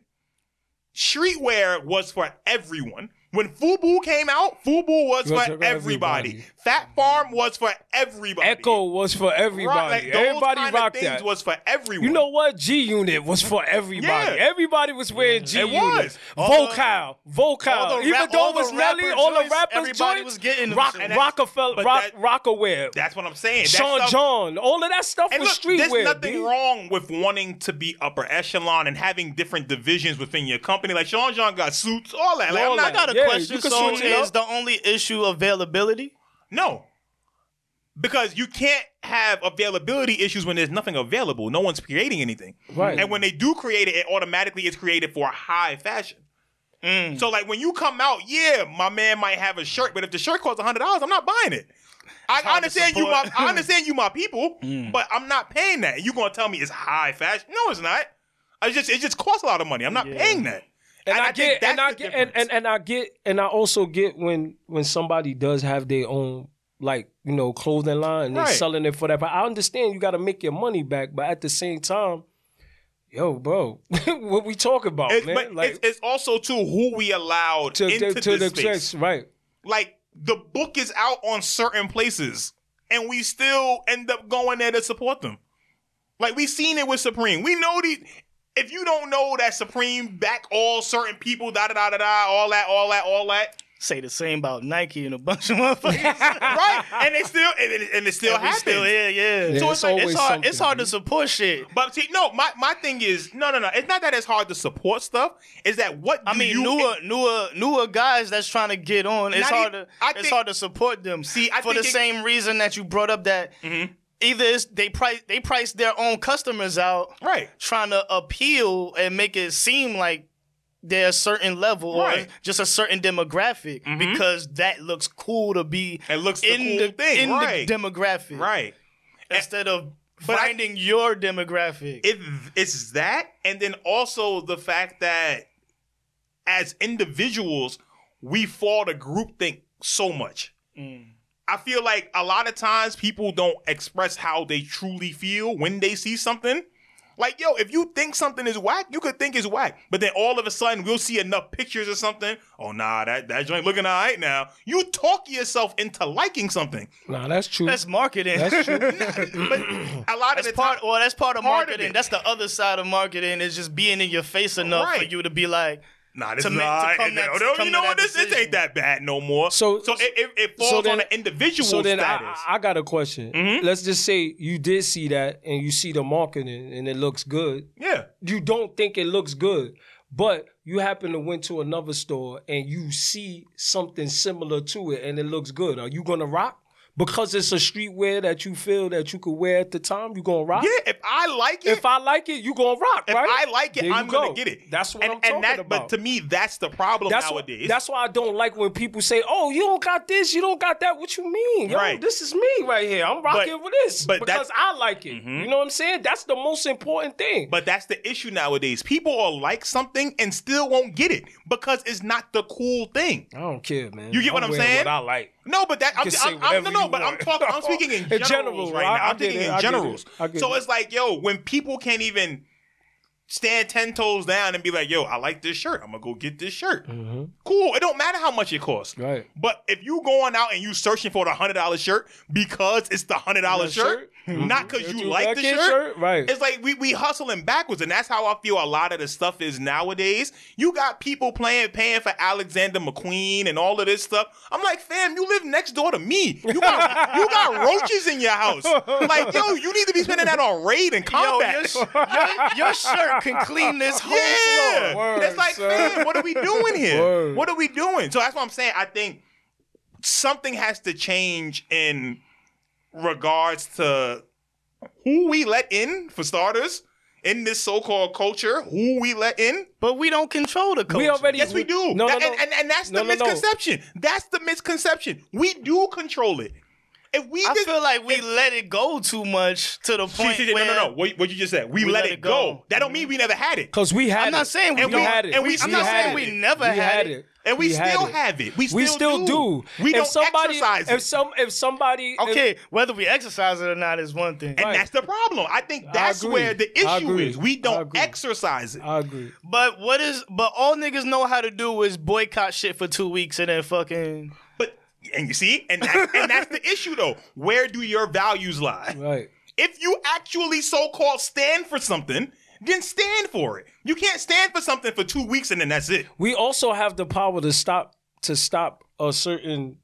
streetwear was for everyone. When Fubu came out, Fubu was
Was
for
for
everybody.
everybody.
Fat Farm was for everybody.
Echo was for everybody.
Right, like, those
everybody
kinda
rocked
things
that.
was for everyone.
You know what? G Unit was for everybody.
Yeah.
Everybody was wearing G Unit.
was.
All the-
Vocal, vocal.
all the
Even
rap-
though
all
it was
the rapper
Nelly, all the
joints,
rappers,
everybody
joints,
was getting them
rock,
shit. And
that's-
Rockefeller,
but
rock,
that-
Rockaware,
that's what I'm saying. That
Sean
stuff-
John, all of that stuff
And
was
look,
streetwear.
there's nothing
B.
wrong with wanting to be upper echelon and having different divisions within your company. Like Sean John got suits, all that. Like,
All
I'm
I
not gonna
that.
got a
Yeah,
question.
you can
So
switch it up.
is the only issue availability?
No. Because you can't have availability issues when there's nothing available. No one's creating anything.
Right.
And when they do create it, it automatically is created for high fashion. So like when you come out, yeah, my man might have a shirt, but if the shirt costs hundred dollars, I'm not buying it. I, I understand you, my,
support.
I understand you, my people, but I'm not paying that. And you gonna tell me it's high fashion? No, it's not. I just it just costs a lot of money. I'm not paying that.
and, I,
think
get, and
that's
I
the
get, and,
difference.
and, and I get, and I also get when when somebody does have their own like you know clothing line and
Right.
they're selling it for that. But I understand you got to make your money back, but at the same time, yo, bro, what we talk about,
It's-
man?
but it's, it's also too who we allowed
to,
into
to, to the
this space.
checks, right?
like the book is out on certain places and we still end up going there to support them like we seen it with supreme we know these if you don't know that supreme back all certain people da da da da da all that all that all that
Say the same about Nike and a bunch of motherfuckers.
right and it still and it, and it still
We
happens
still, yeah, yeah.
Yeah,
so
it's
it's, like
always
it's hard. It's
something,
hard to support shit.
but see, no, my, my thing is no, no, no. It's not that it's hard to support stuff. It's that what
I
do
mean,
you
newer, newer, newer guys that's trying to get on.
Not
It's hard
even-
to,
I
it's
think-
hard to support them.
See, I
for
think
the
it-
same reason that you brought up that either it's, they price they price their own customers out,
Right.
Trying to appeal and make it seem like they're a certain level or
Right.
just a certain demographic because that looks cool to be.
It looks the
in
cool
the
thing,
in
right.
the demographic,
right.
Instead of
But I-
finding your demographic.
it it's that and then also the fact that
Mm.
as individuals we fall to groupthink so much I feel like a lot of times people don't express how they truly feel when they see something. Like, yo, if you think something is whack, you could think it's whack. But then all of a sudden, we'll see enough pictures or something. Oh, nah, that, that joint looking all right now. You talk yourself into liking something.
Nah, that's true.
That's marketing.
That's true.
But a lot of
That's
the
part.
time,
Well, that's part of
Part of
marketing.
it.
that's the other side of marketing is just being in your face enough for
Right.
you to be like,
nah, this
to
is
ma- to
all right.
come that-
No,
to
no,
come
you
to
know
that
what? This, this
decision.
ain't that bad no more.
So-
so it, it, it falls
then-
on an individual
So then I,
status. Mm-hmm.
I I got a question. Let's just say you did see that and you see the marketing and it looks good.
yeah.
You don't think it looks good, but you happen to went to another store and you see something similar to it and it looks good. Are you gonna rock? Because it's a streetwear that you feel that you could wear at the time, you gonna rock?
Yeah, if I like it,
If I like it, you gonna rock,
If
right?
I like it,
There you
I'm
go.
gonna get it.
That's what
and,
I'm talking
and that,
about.
But to me, that's the problem
that's
nowadays.
Why, that's why I don't like when people say, "Oh, you don't got this, you don't got that." What you mean? Yo,
Right.
this is me right here. I'm rocking with this
but
because
that's-
I like it. You know what I'm saying? That's the most important thing.
but that's the issue nowadays. People are like something and still won't get it because it's not the cool thing.
I don't care, man.
You get what I'm
wearing
saying?
What I like.
No, but that I'm,
can say
I'm, I'm no,
whatever
no,
you
but I'm
want.
talking. I'm speaking in,
In
generals
general,
right
I-
now.
I
I'm
get
thinking
it, I
in
get
generals.
it, I get
So
it.
it's like, yo, when people can't even stand ten toes down and be like, yo, I like this shirt. I'm gonna go get this shirt.
Mm-hmm.
Cool. It don't matter how much it costs.
Right.
But if you going out and you searching for the hundred dollar shirt because it's the hundred dollar
That
shirt,
shirt? Mm-hmm.
not because
That
you
you
like
like
the
it,
shirt,
shirt? Right.
It's like we we hustling backwards, and that's how I feel a lot of the stuff is nowadays. You got people playing, paying for Alexander McQueen and all of this stuff. I'm like, fam, you live next door to me. You got you got roaches in your house. Like, yo, you need to be spending that on raid and
"Yo,
combat.
your, sh- your, your shirt can clean this whole
Yeah,
floor."
Word,
it's like,
sir.
man, what are we doing here?
Word.
What are we doing? So that's what I'm saying. I think something has to change in regards to who we let in, for starters, in this so-called culture. Who we let in?
But we don't control the culture.
We already.
Yes, we do.
No, no,
That-
no.
And, and, and that's
No,
the
no, no.
misconception. That's the misconception. We do control it. If we
I
just,
feel like we let it go too much to the
See,
point
see, see, no,
where
no, no. What, what you just said. We, let, it go. That
Mm-hmm.
don't mean we never had it.
Because we had.
I'm not
it.
saying we
And
don't-
had it.
and we- I'm not
had
saying
we
it.
never
we
had
had
it.
it.
And we
had
still
it.
have it. We still
We still
do.
do.
We
if
don't
somebody,
exercise it.
If some, if somebody, if-
Okay, whether we exercise it or not is one thing.
And
Right.
that's the problem. I think that's
agree.
where the
I
issue
agree.
is. We
I
don't
agree.
exercise it.
I agree.
But what is? But all niggas know how to do is boycott shit for two weeks and then fucking.
But and you see, and that, and that's the issue though. Where do your values lie?
Right.
If you actually so-called stand for something, then stand for it. You can't stand for something for two weeks and then that's it.
we also have the power to stop to stop a certain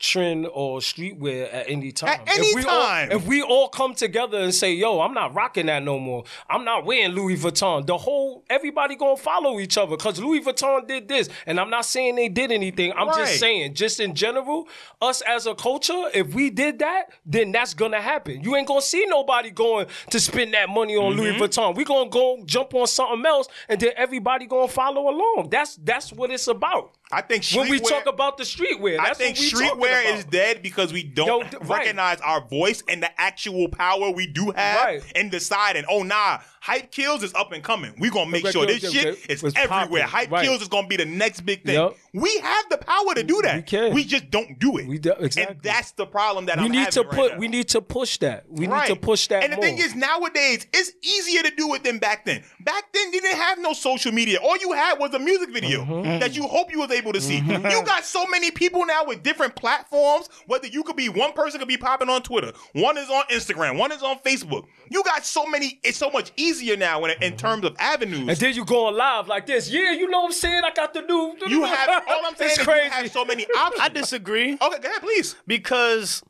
trend or streetwear at any time.
At any
if we
time.
All, if we all come together and say, "Yo, I'm not rocking that no more. I'm not wearing Louis Vuitton." The whole everybody going to follow each other cuz Louis Vuitton did this. And I'm not saying they did anything. I'm
Right.
just saying just in general, us as a culture, if we did that, then that's going to happen. You ain't going to see nobody going to spend that money on Louis
Mm-hmm.
Vuitton. We going to go jump on something else and then everybody going to follow along. That's that's what it's about
I think streetwear,
when we talk about the streetwear.
I
That's
think
what we talking
streetwear
about.
is dead because we don't
Yo, d- right.
recognize our voice and the actual power we do have
Right.
in deciding, oh nah, hype kills is up and coming. We're gonna make
Hype
sure this
Kills
shit
is-
is
was
everywhere.
popping,
Hype
right.
kills is gonna be the next big thing.
Yup.
We have the power to do that.
We can.
just don't do it.
We do- exactly.
And that's the problem that
We
I'm
need
having
to
right
put.
now.
we need to push that. We
Right.
need to push that.
And the thing
more.
is, nowadays it's easier to do it than back then. Back then, you didn't have no social media. All you had was a music video
Mm-hmm.
Mm-hmm.
that you hope you was able to see. You got so many people now with different platforms. Whether you could be one person could be popping on Twitter, one is on Instagram, one is on Facebook. You got so many. It's so much easier now in, in terms of avenues.
Mm-hmm. and then you going live like this. Yeah, you know what I'm saying. I got the new.
you have all I'm saying
It's
is
crazy.
you have so many options.
I disagree
okay, go ahead, please.
because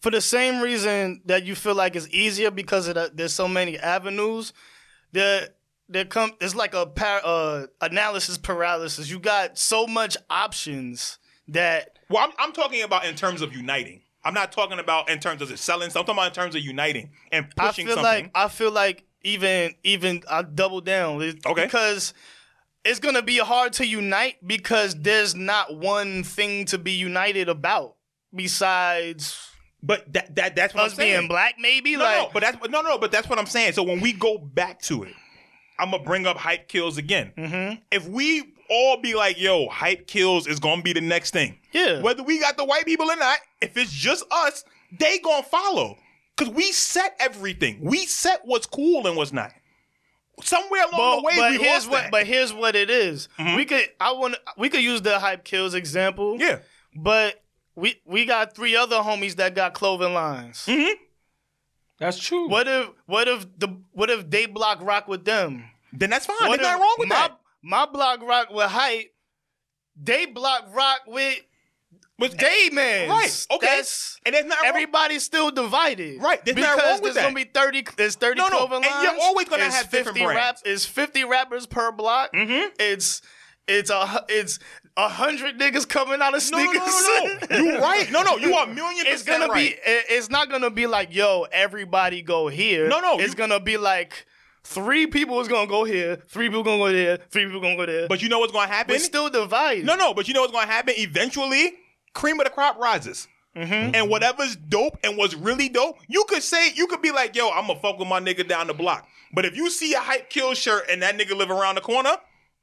for the same reason that you feel like it's easier because of the, there's so many avenues. There, there come. It's like a par, uh, analysis paralysis. You got so much options that
Well, I'm, I'm talking about in terms of uniting. I'm not talking about in terms of it selling. something. I'm talking about in terms of uniting and
I
pushing
feel
something.
like I feel like even even I double down. It-
Okay.
Because it's gonna be hard to unite because there's not one thing to be united about besides
But that that that's what
us
I'm saying.
being black, maybe.
no,
like
no, but that's no, no, but that's what I'm
Mm-hmm.
saying. So when we go back to it, I'm gonna bring up hype kills again. If we all be like, yo, hype kills is gonna be the next thing.
Yeah.
Whether we got the white people or not, if it's just us, they gonna follow. Cause we set everything. We set what's cool and what's not. Somewhere along
But,
the way,
but
we
here's
lost
what
that. Mm-hmm.
but here's what it is. We could I want we could use the hype kills example.
yeah,
But we we got three other homies that got cloven lines.
Mm-hmm.
That's true.
What if what if the what if they block rock with them?
then that's fine. There's
What if
nothing wrong with
my,
that.
My block rock with hype. They block rock with
But
gay men.
right? Okay,
That's,
and there's not wrong.
everybody's still divided.
Right, there's
because
nothing wrong with
there's
that.
gonna be thirty. There's thirty
No, no, and
cloven lines.
you're always gonna
it's
have different brands.
It's fifty rappers per block.
Mhm.
It's it's a hu- it's a hundred niggas coming out of
No, no,
sneakers.
no, no, no. You're right. No, no, you are a million percent
It's gonna
right.
be. it- It's not gonna be like, yo, everybody go here.
No, no,
It's
you-
gonna be like, three people is gonna go here, three people gonna go there, three people gonna go there.
But you know what's gonna happen?
it's still divided.
No, no, but you know what's gonna happen? Eventually, cream of the crop rises.
Mm-hmm.
And whatever's dope and what's really dope, you could say, you could be like, yo, I'm gonna fuck with my nigga down the block. But if you see a hype kill shirt and that nigga live around the corner,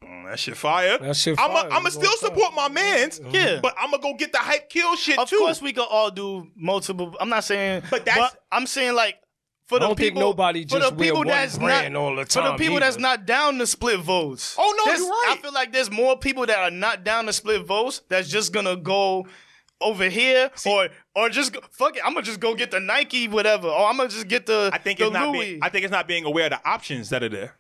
mm, that shit fire.
That shit
I'm
fire.
gonna
You
still
gonna
support my mans,
Yeah.
but I'm gonna go get the hype kill shit
Of
too.
course, we could all do multiple. I'm not saying,
But that's-
I'm saying like for the
don't think
people.
nobody
for
just
the
wear
people
one
that's
brand
not
all the
for the
time
people that's
either.
not down to split votes.
Oh, no,
There's-
you're right.
I feel like there's more people that are not down to split votes. That's just gonna go over here or or just go, fuck it. I'm gonna just go get the Nike whatever. Or I'm gonna just get the
I think
the
it's not
Louis.
being, I think it's not being aware of the options that are there.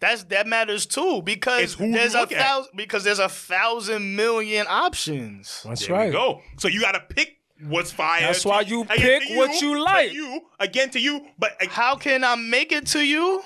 that's that matters too
It's
because
who you
there's a
look at.
thousand because there's a thousand million options.
That's
There
right.
you go. So you gotta pick what's fire.
That's
to-
why you
again,
pick
to
what you
to
like.
You again to you, but
How can I make it to you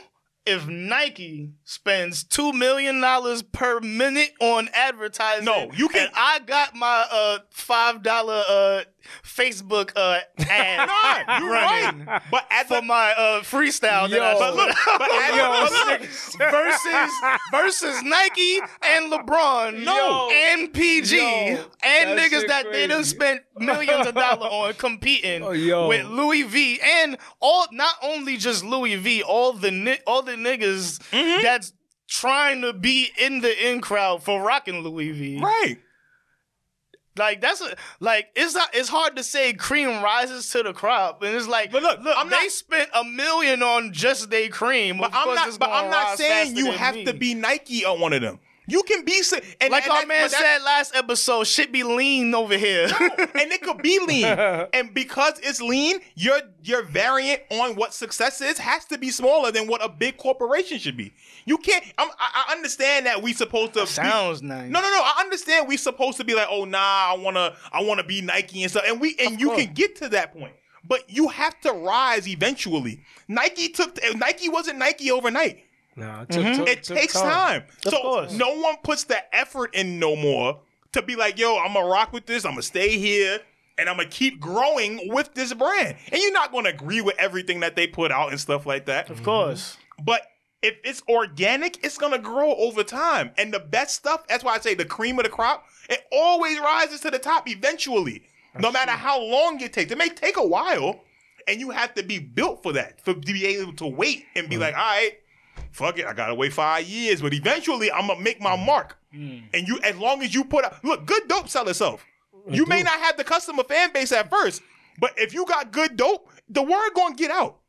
if Nike spends two million dollars per minute on advertising?
No, you can-
And I got my uh five dollar uh Facebook uh ad
Nah, you're
running
right. But as
for
a
my uh freestyle. that I
Yo.
but look, but as,
Yo,
but look,
versus versus Nike and LeBron.
No.
and PG
Yo,
and
that
niggas
shit
that they done
crazy.
spent millions of dollars on competing
Oh, yo.
with Louis V and all not only just Louis V, all the ni- all the niggas
Mm-hmm.
that's trying to be in the in crowd for rocking Louis V.
right.
Like that's a, like it's not it's hard to say cream rises to the crop and it's like
But look, I'm
they
not-
spent a million on just they cream.
But
Of
I'm
course
not.
it's
But
gonna
I'm not
rise
saying
faster
you
than
have
me.
to be Nike on one of them. You can be sa- and
Like
and
our
that-
man
but that-
said last episode, shit be lean over here.
and it could be lean. and because it's lean, your your variant on what success is has to be smaller than what a big corporation should be. You can't. I'm, I, I understand that we supposed to be-
Sounds nice.
No, no, no. I understand we supposed to be like, oh nah, I wanna, I wanna be Nike and stuff, and we and you can get to that point, but you have to rise eventually. Nike took Nike wasn't Nike overnight.
Nah, it, took- took-
Mm-hmm. It
took
takes time. so
course.
no one puts the effort in no more to be like, yo, I'm gonna rock with this. I'm gonna stay here. And I'm gonna keep growing with this brand, and you're not gonna agree with everything that they put out and stuff like that.
Of course.
But if it's organic, it's gonna grow over time. And the best stuff, that's why I say the cream of the crop, it always rises to the top eventually. no matter how long it takes. It may take a while, and you have to be built for that. For to be able to wait and be like, all right, fuck it, I gotta wait five years. But eventually I'm gonna make my mark.
Mm.
And you as long as you put out look, good dope sell itself. You may not have the customer fan base at first, but if you got good dope, the word gonna get out.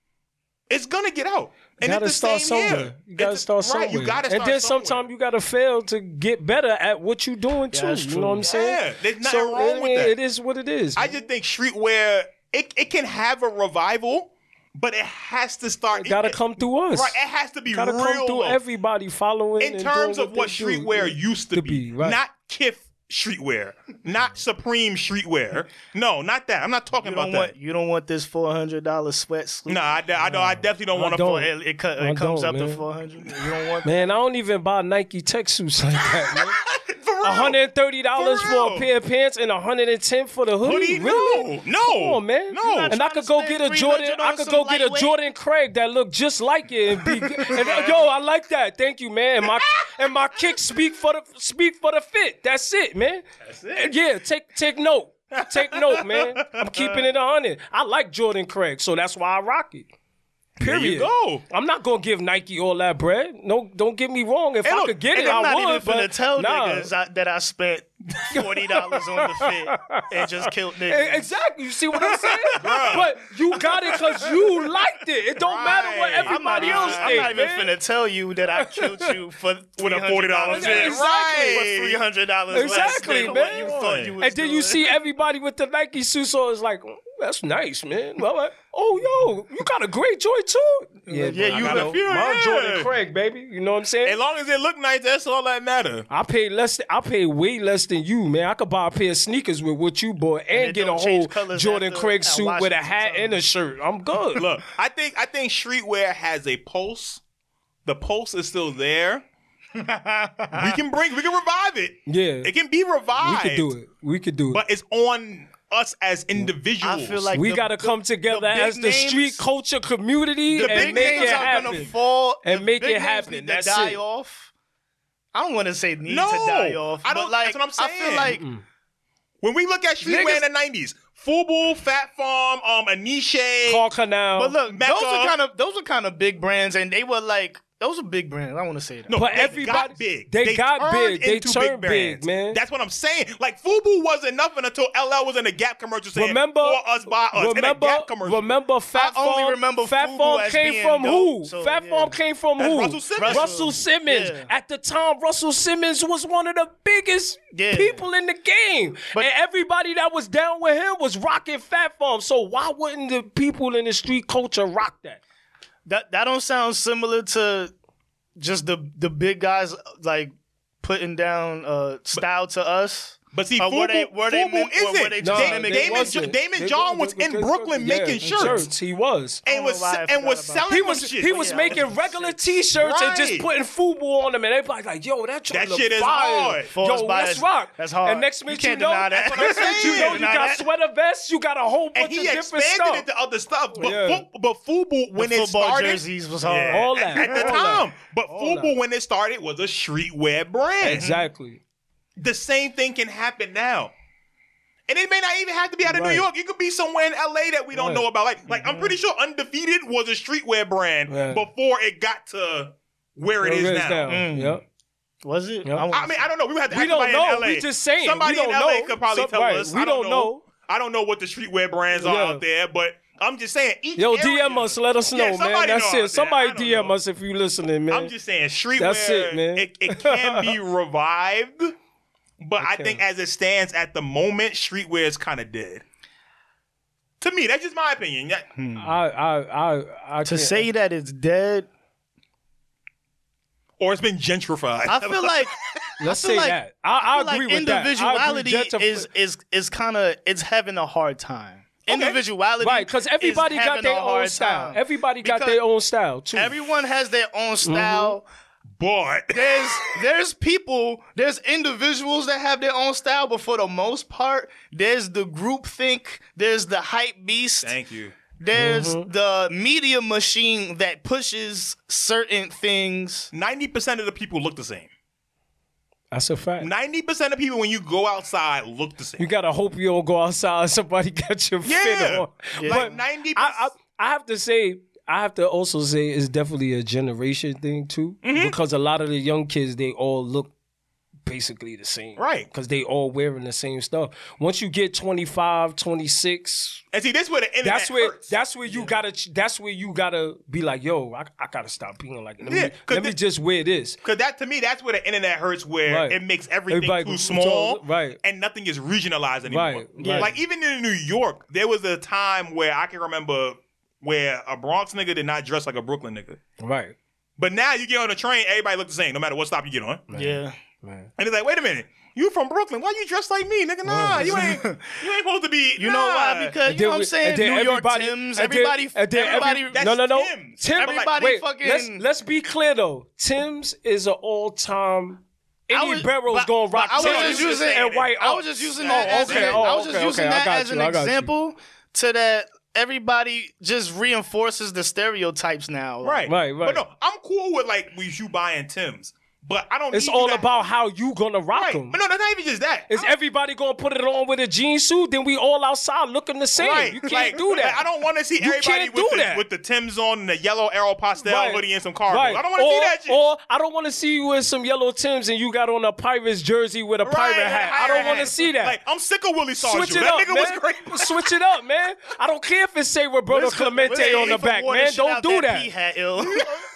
It's gonna get out.
You
And
gotta
it's the
start
same year.
somewhere. You gotta
It's-
start somewhere.
Right, you gotta start
and then
somewhere.
sometimes you gotta fail to get better at what you're doing too.
that's
you know
true.
what I'm saying?
Yeah, there's nothing wrong
it-
with that.
It is what it is.
I just think streetwear it, it can have a revival, but it has to start.
it gotta
it-
come through us.
Right, it has to be
gotta
real
come through
though.
everybody following.
in
and
terms
doing
of what
they do.
streetwear
Yeah.
used to,
To
be,
be, right. Mm.
not Kith streetwear, not Supreme streetwear. No, not that. I'm not talking
You
about
don't
that.
want you don't want this four hundred dollar sweat sleeve.
no, I, de- I, don't- I definitely don't want to.
don't.
Fuck.
It, it, cut-
I
it comes
don't,
up to
man.
four hundred. You don't want
Man, I don't even buy Nike tech suits like that. man.
For real.
$130
For
for,
real.
a pair of pants and 110 for the
What do
hoodie?
you-
Really?
No, no,
Come on, man.
no.
And I
trying
could
to
go
spend
get a
300
Jordan.
on
I could
some
go get a
lightweight?
Jordan Craig that looked just like it and be and, uh, yo, I like that. Thank you, man. And my and my kicks speak for the speak for the fit. That's it, man. That's it. Yeah, take take note. Take note, man. I'm keeping it on it. I like Jordan Craig, so that's why I rock it. Period.
There you go.
I'm not gonna give Nike all that bread. No, don't get me wrong. If
And
I
look,
could get
and
it,
I'm
I
not
would.
even
but
finna tell
nah.
niggas I, that I spent forty dollars on the fit and just killed
E-
niggas.
Exactly. You see what I'm saying? but you got it because you liked it. It don't matter what
Right. I'm not
everybody
even-
else
I'm
think,
not even
man.
finna tell you that I killed you for
With a $40
fit.
right?
Exactly.
For three hundred dollars,
Exactly,
less than
man.
What you thought you was
And then you
doing.
see everybody with the Nike suits on. It's like, "Mm, that's nice, man. Well, I- oh, yo, you got a great joint too. Yeah,
Yeah,
bro,
you
I
got a
know.
few,
Mom
yeah.
Jordan Craig, baby. You know what I'm
As
saying?
long as it look nice, that's all that matter.
I paid less. Than, I paid way less than you, man. I could buy a pair of sneakers with what you bought and,
it
get a
don't change
whole
colors
Jordan
after-
Craig
at
suit with a
Washington
hat
Times.
and a shirt. I'm good.
Look, I think I think streetwear has a pulse. The pulse is still there. we can bring, we can revive it.
yeah,
It can be
we
revived.
could do it. We could do it.
but it's on us as individuals.
I feel like
we
the-
got to come together
the big
as the street
names-
culture community
the
and
big
make
names
it
are
happen.
gonna fall
And
the
make
big
it
names
happen.
need to
That's
die
it.
off. I don't want to say need
No,
to die off.
I don't-
But like,
that's what I'm
I
saying.
feel like
when we look at streetwear in the nineties, Fubu, Fat Farm, um, Aniche,
Paul Canal.
But look,
Mecca.
those are kind of those are kind of big brands, and they were like those are big brands. I want to say that.
No,
But
they
everybody-
got big.
they got
turned
big. They
into
turned big,
brands.
man.
That's what I'm saying. Like Fubu wasn't nothing until LL was in the Gap commercial saying
remember
"For us by us." in a
Remember,
Gap commercial.
remember, Fat
I only
Farm.
remember
Fat
Fubu
Farm
as
came
being
from
dope,
who?
so,
Fat
yeah.
Farm came from
That's
who?
Russell Simmons.
Russell Simmons.
Yeah.
At the time, Russell Simmons was one of the biggest
Yeah.
people in the game, and everybody that was down with him was rocking Fat Farm. So why wouldn't the people in the street culture rock that?
that that don't sound similar to just the the big guys like putting down uh, style to us.
But see,
Or
Fubu,
Uh, were they- were they
Fubu
mem- or
isn't.
were they
Nah,
just
Da-
mimicking-
they
Damon,
wasn't.
Damon
They-
John
they-
was
they-
in
they-
Brooklyn
yeah,
making
in
shirts
He was.
and was
I don't know why I
and was
forgot
selling
about that.
He
them
was
shit.
he was
Yeah,
making regular T-shirts and just
Right.
putting FUBU on them, and everybody's like, "Yo, that, joint
That
look
shit is
fire.
hard.
Falls
Yo,
by
let's
us.
rock."
That's hard.
And next
You
minute you,
can't
know,
deny that.
That's what I'm saying. you know,
Can't
you
deny
got
that.
sweater vests, you got a whole
and
bunch
he
of different
expanded
stuff.
it to other stuff. But
Yeah.
Fu- but Fubu when
the
it
football
started,
jerseys was hard.
Yeah.
All that
at the
all that.
time. But
All
Fubu
that.
when it started was a streetwear brand.
Exactly.
the same thing can happen now. And it may not even have to be out of
Right.
New York. It could be somewhere in LA that we don't
Right. Mm-hmm.
know about. Like, like I'm pretty sure Undefeated was a streetwear brand
Yeah.
before it got to where it is now.
Mm.
Yep.
Was it?
Yep.
I wanna
I mean, I don't know. We would have to
We
ask
don't
somebody
know.
in LA.
We just saying.
Somebody
We don't
in LA
know.
could probably
Some-
tell
right.
us.
We
I don't
don't
know.
know.
I don't know what the streetwear brands are
Yeah.
out there, but I'm just saying. Each
Yo,
area-
DM us. Let us
Yeah,
know, man.
somebody know
That's
out there.
it. Somebody
I don't
DM
know.
us if you listening, man.
I'm just saying, streetwear.
That's it, man.
It, it can be revived, but I think as it stands at the moment, streetwear is kind of dead. To me, that's just my opinion. Yeah,
Hmm. I, I, I, I
to say that it's dead.
Or it's been gentrified.
I feel like
let's
I feel
say
like-
that. I, I,
feel
agree
like
with that. I agree
individuality
gentrif-
is is is kind of it's having a hard time. Individuality,
Right, because
is
everybody got
having a
their own
hard
style.
time.
Everybody Mm-hmm. got
Because
their own style too.
Everyone has their own style.
but
There's there's people, there's individuals that have their own style, but for the most part, there's the group think, there's the hype beast,
thank you.
there's
Mm-hmm.
the media machine that pushes certain things.
Ninety percent of the people look the same.
That's a fact.
Ninety percent of people, when you go outside, look the
You
same.
gotta hope you don't go outside and somebody got your fit
Yeah.
on.
Yeah. Like 90%
I, I, I have to say, I have to also say it's definitely a generation thing too,
Mm-hmm.
because a lot of the young kids they all look basically the same,
Right.
Because they all wearing the same stuff. Once you get 25, 26,
And see, this is where the internet
that's where
hurts.
that's where you gotta ch- that's where you gotta be like, yo, I, I gotta stop being like, let,
Yeah,
me,
'cause
let me
the-
just wear this.
Because that to me, that's where the internet hurts. Where
Right.
it makes everything
Everybody
too
goes-
small,
right.
And nothing is regionalized anymore.
Right, right.
Like even in New York, there was a time where I can remember where a Bronx nigga did not dress like a Brooklyn nigga.
Right,
But now you get on a train, everybody look the same, no matter what stop you get on.
Yeah.
man.
And it's like, wait a minute, you from Brooklyn? Why you dressed like me, nigga? Nah, you ain't. You ain't supposed to be.
You know why?
nah.
Because
And
you know
then
what I'm
we-
saying?
and then
New York
everybody-
Tim's,
and then-
everybody,
and then every-
everybody,
that's
no, no, no.
Tim's.
Tim,
Everybody
wait,
fucking-
Let's, let's be clear though. Tim's is an all-time. Any
was-
barrel's
but-
gonna rock.
but I was
Tim's
just using-
and white.
I
Ox.
was just using
Oh,
that as
okay,
an,
oh,
I was just
okay,
using
okay, I
that
got
as
you,
an
I got you.
example to that everybody just reinforces the stereotypes now.
Right,
Right, right.
But no, I'm cool with like we you buying Tim's, But I don't.
It's
need you
all
to-
about how you gonna rock
Right.
them.
But no, that's not even just that.
Is
I-
everybody gonna put it on with a jean suit? Then we all outside looking the same.
Right.
You can't
Like,
do that.
like, I don't want to see everybody
can't do
with the,
that.
with the Tim's on and the yellow arrow pastel
Right.
hoodie and some cargo.
Right.
I don't want to
Or-
see that shit.
Or I don't want to see you in some yellow Tims and you got on a Pirates jersey with a
Right,
pirate hat. I
higher
don't want to
hat.
see that.
Like, I'm sick of Willie Sargent.
Switch it
that
up,
nigga
man.
was great.
Switch it up, man. I don't care if it say Roberto
Wiz-
Clemente
Wiz-
on the
Wiz
back,
wore the
man.
shit
Don't
out that.
do that.
P hat, ill.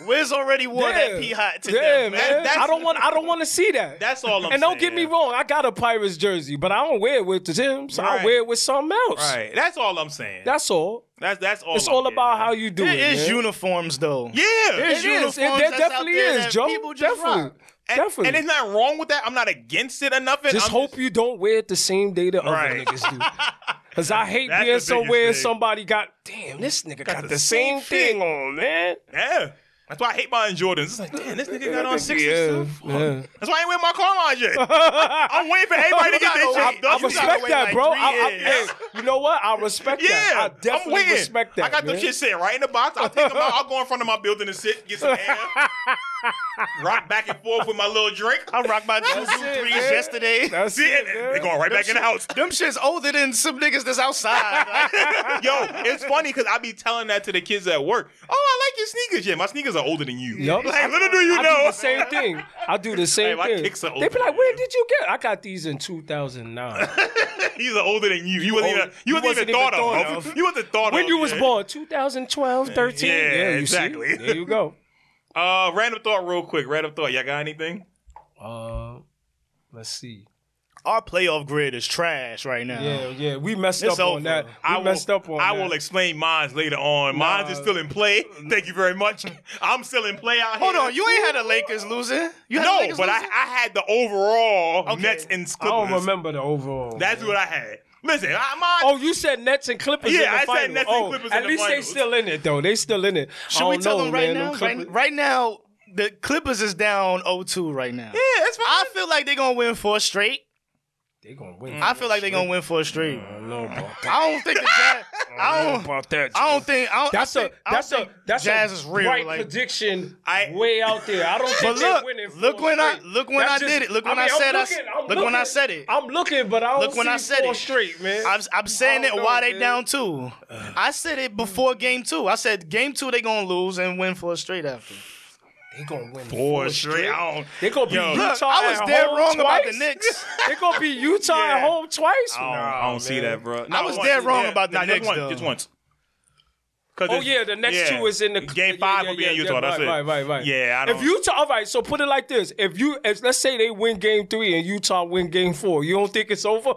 Wiz already wore that P hat to
yeah,
death, man.
man.
That- that's-
I don't want. I don't want to see that.
That's all I'm
and don't
saying.
get me wrong. I got a Pirates jersey, but I don't wear it with the Tims. I
Right.
wear it with something else.
Right. That's all I'm saying.
That's all.
That's that's all.
It's
I'm
all
getting
about
at.
how you do
There
it.
is
man.
uniforms though.
Yeah.
There's
It is. It,
uniforms
there
that's out
definitely
there
is,
that
Joe.
people just
Definitely.
rock.
and,
Definitely.
and it's not wrong with that. I'm not against it or nothing.
Just
I'm
hope you don't wear it the same day the other
Right.
niggas do. Cause I hate
That's
being
the
somewhere and
biggest thing.
somebody got damn this nigga got,
the
the same
same
thing on, man.
Yeah. That's why I hate buying Jordans. It's like, damn, this nigga got on six.
Yeah, yeah.
That's why I ain't wearing my Carmine yet. I'm waiting for everybody to get their
I-
shit.
I
done.
I
You gotta
respect
wait
that,
like
bro. I,
three
I,
years.
hey, you know what? I respect
Yeah,
that. I
am
definitely
waiting.
respect that.
I got
man.
the shit sitting right in the box. I'll take them out. I'll go in front of my building and sit, get some air, rock back and forth with my little drink.
I rocked my
it,
Juju threes
man.
yesterday.
That's
See, and
it, man.
they're going right back in the house.
Them shits older than some niggas that's outside.
Yo, it's funny because I be telling that to the kids at work. Oh, I like your sneakers. Yeah, my sneakers are older than you.
Yup.
Like, little do you
I do
know.
the same thing. I do the same
my
thing.
kicks are
They be
open,
like, "Where
man.
did you get?" I got these in 2009.
These are older than you. You wasn't
old-
even, you wasn't even thought, of. You wasn't thought
when
of.
you was
yeah.
born, 2012, 13.
Yeah,
you see?
exactly.
There you go.
Uh, random thought, real quick. Random thought. Y'all got anything?
Uh, let's see.
Our playoff grid is trash right now.
Yeah, yeah, we messed
It's
up on
over.
that. We
I will,
messed up on
I
that.
will explain mines later on. Mines is
Nah.
still in play. Thank you very much. I'm still in play out
Hold
here.
on, you ain't had the Lakers losing. You had the
No,
Lakers
but I,
losing?
I had the overall
Okay.
Nets and
I
Clippers.
don't remember the overall.
That's what I had. Listen, I, mine.
Oh, you said Nets and Clippers.
Yeah,
in the
I said
final.
Nets and
oh,
Clippers in
At
the
least they
finals.
still in it though. They still in it. I
Should
don't
we tell
know,
them right
man. Them
now?
Clippers-
Right, right now, the Clippers is down 0-2 right now.
yeah, that's fine.
I feel like they're gonna win four straight.
They gonna win.
I feel like they're gonna win four straight.
I don't know about that.
I don't think the Jazz. I don't.
Oh, About that.
I don't think. I don't,
That's
I
a
think, I don't
that's a
think
that's
Jazz
a
is real.
right
like,
prediction
I-
way out there. I don't
But look,
think they're winning.
look
four
when I-
straight.
look when I did it. Look when I
I'm
said I s-
looking, I'm
look when I said it.
I'm looking, but I don't
Look when
see
I said
four
it.
straight, man.
I'm, I'm saying
I don't
it
know,
why they
man.
down two. I said it before game two. I said game two they gonna lose and win four straight after.
They gonna win
Four straight. I don't.
They gonna be
Yo,
Utah.
look,
I was
at
dead
home
wrong about the
twice?
Knicks.
They gonna be Utah at
Yeah.
home twice.
I don't, Oh, I
Nah,
don't see
man.
that, bro.
I was dead wrong about the
nah,
Knicks,
Just,
though.
one, just once. 'Cause
Oh
it's-
yeah, the next
yeah.
two is in the
game
yeah,
five
yeah,
will be
yeah,
in
yeah,
Utah. that's
right,
it.
Right, right, right.
Yeah, I don't.
If Utah, all right. So put it like this: If you, if let's say they win Game Three and Utah win Game Four, you don't think it's over?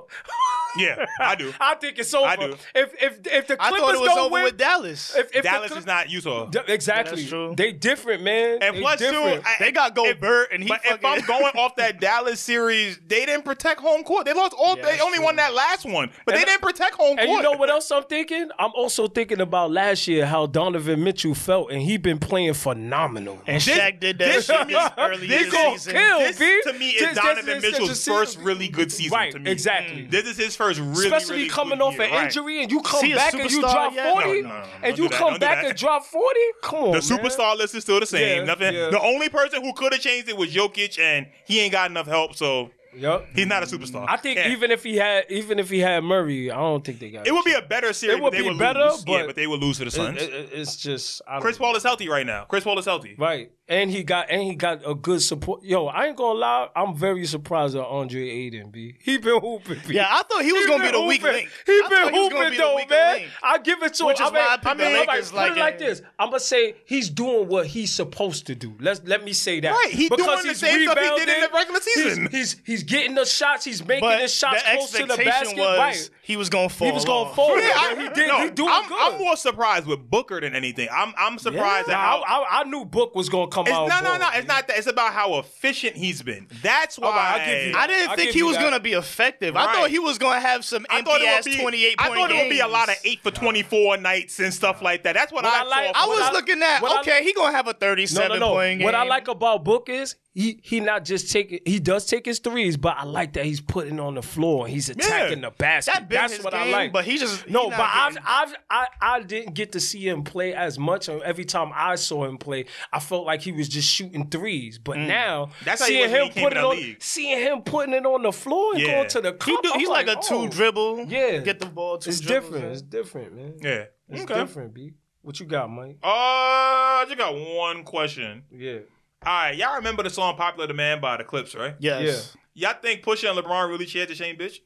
yeah, I do.
I think it's over.
I do.
If if if the Clippers
I thought it was
don't
over
win,
with Dallas.
if, if the
Dallas
Clip-
is not Utah.
D- exactly.
Yeah, that's true.
They different, man.
And
They
plus two,
different.
I-
they got Gobert and he.
But if
fucking-
I'm going off that Dallas series, they didn't protect home court. They lost all.
Yeah,
they
that's
only
true.
won that last one, but
And-
they didn't protect home
And
court.
you know what else I'm thinking? I'm also thinking about last year how Donovan Mitchell felt, and he been playing phenomenal.
and
This-
Shaq did that
this-
shit early
this
in the
gonna
season.
kill.
This,
B.
to me,
This-
is
this
Donovan
is- this
Mitchell's
is serious.
first really good season.
Right,
to me.
exactly.
This is his first really,
Especially
really
coming
good
off
year.
an
Right.
injury and you come
he a
back and you
superstar
drop
yet?
40
No, no, no,
and
don't
you
do that,
come
don't do
back
that.
and drop 40? Come on.
The
man.
superstar list is still the same.
Yeah,
Nothing.
yeah.
The only person who could have changed it was Jokic, and he ain't got enough help, so
Yup.
he's not a superstar.
I think
Yeah.
even if he had even if he had Murray, I don't think they got
it would be a better series. but
would be
they would
better,
lose. yeah,
but-
but they would lose to the Suns.
It- it- it's just I don't
Chris Paul is healthy right now. Chris Paul is healthy.
Right. And he got and he got a good support. Yo, I ain't gonna lie, I'm very surprised at Andre Aiden, B. He been hooping, B.
Yeah, I thought he was gonna be
been
the weak
hooping.
link.
He
I
been
thought was gonna
hooping
be the
though,
weak
man.
link.
I give it to
Which
him.
is
I mean,
why I picked
I
the
mean,
Lakers
like, put it
like
like
it.
this. I'm gonna say he's doing what he's supposed to do. Let's let me say that.
Right, he doing the
he's
same stuff he did in the
rebounding.
regular season.
He's he's, he's getting the shots. He's making
But
his shots
the
close to the
expectation
basket.
was
right.
he was gonna fall.
He was gonna
off.
fall.
Yeah, I-
but he did.
no,
he doing
I'm,
good.
I'm more surprised with Booker than anything. I'm I'm surprised
Yeah,
at how.
I, I, I knew Book was gonna come
it's,
out.
no, no,
ball.
no. It's not that. It's about how efficient he's been. That's why.
All right, I give you
I
I,
didn't
I'll
think
give
he
you
was
that.
gonna be effective. I
Right.
thought he was gonna have some
I thought
empty
it would
ass
be.
twenty eight
I
point
thought it would be a lot of
games.
eight for twenty four nights and stuff like that. That's what,
What
I,
I like-
saw.
I
from
What
was
I-
looking at
what I-
okay, he gonna have a
No,
thirty-seven
no, no.
point game.
What I like about Book is he he not just taking he does take his threes, but I like that he's putting on the floor. He's attacking the basket.
That been
That's
his
what I
game,
like.
but he just- he
no,
not
but I've,
getting-
I've I I didn't get to see him play as much. And Every time I saw him play, I felt like he was just shooting threes. But now
That's how he
seeing
was when
him
he came
put
in
it
the
on,
league.
seeing him putting it on the floor and
Yeah.
going to the
He
cup.
do,
I'm
he's like, a two
oh,
dribble.
Yeah.
Get the ball two
It's
dribbles,
different.
man.
It's different, man.
Yeah.
It's
okay.
different, B. What you got, Mike?
Uh, I just got one question.
Yeah.
All right, y'all remember the song "Popular Demand" by the Clips, right?
Yes.
Y'all think Pusha and LeBron really shared the same bitch?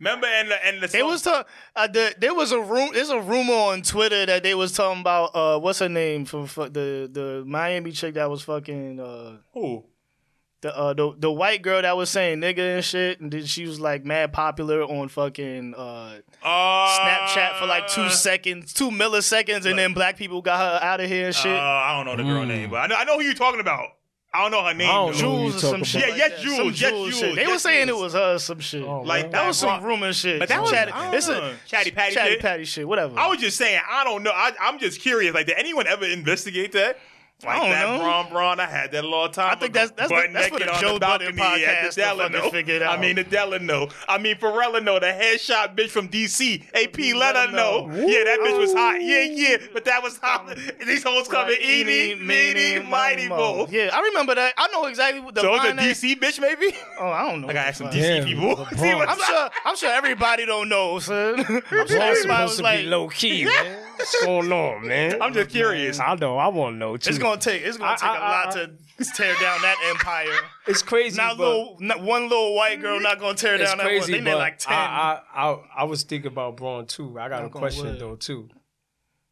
remember and the and the song,
They was talk, uh, the, there was a room. There's a rumor on Twitter that they was talking about uh, what's her name from fu- the the Miami chick that was fucking uh,
Who?
the, uh, the the white girl that was saying nigga and shit, and then she was like mad popular on fucking uh,
Uh,
Snapchat for like two seconds, two milliseconds, and then black people got her out of here and
Uh,
shit.
I don't know the girl
Mm.
name, but I know, I know who you're talking about. I don't know her name.
I
Oh,
don't
though.
know.
Jules or
talking
some
Yeah,
shit.
about?
like
yes,
that.
Jules,
Some
yes, Jules,
shit. They
yes,
were saying
Jules.
it was her or some shit.
Oh,
Like
wow.
that was uh, some
bro-
rumor shit.
But that
Some
was-
chatty,
I
it's
don't
a
know. Chatty patty
chatty
shit.
patty shit. Whatever.
I was just saying, I don't know. I, I'm just curious. Like, did anyone ever investigate that? Like
I don't
that
know.
Bron Bron, I had that a long time.
I think
ago.
that's- that's the-
Butt
that's for
naked
the
on
Joe
balcony
Budden
at the
podcast to fucking
Delano.
figure it
I
out.
mean the Delano. I mean Ferrellino, the headshot bitch from DC. AP, let her know. Yeah, that bitch was hot. Yeah, yeah, but that was hot.
Um,
These hoes coming eeny, meeny, mighty mo.
Yeah, I remember that. I know exactly what the
So it's a
line that-
DC bitch, maybe.
Oh, I don't know.
I gotta ask some DC
Fuck.
Damn,
people.
LeBron.
See what's
I'm
up.
sure. I'm sure everybody don't know, son. I'm sure
Bron's
everybody
supposed
was
to
like,
be low key, man. What's going on, man?
I'm just curious.
I know. I want to know too.
it's gonna take. It's gonna
I-
take a
I-
lot
I-
to tear down that empire.
It's crazy.
Not
but
little, not one little white girl not gonna tear
It's
down that one.
crazy,
They
but
made like ten.
I, I, I, I was thinking about Braun too. I got a
Knock on
question
wood.
though too.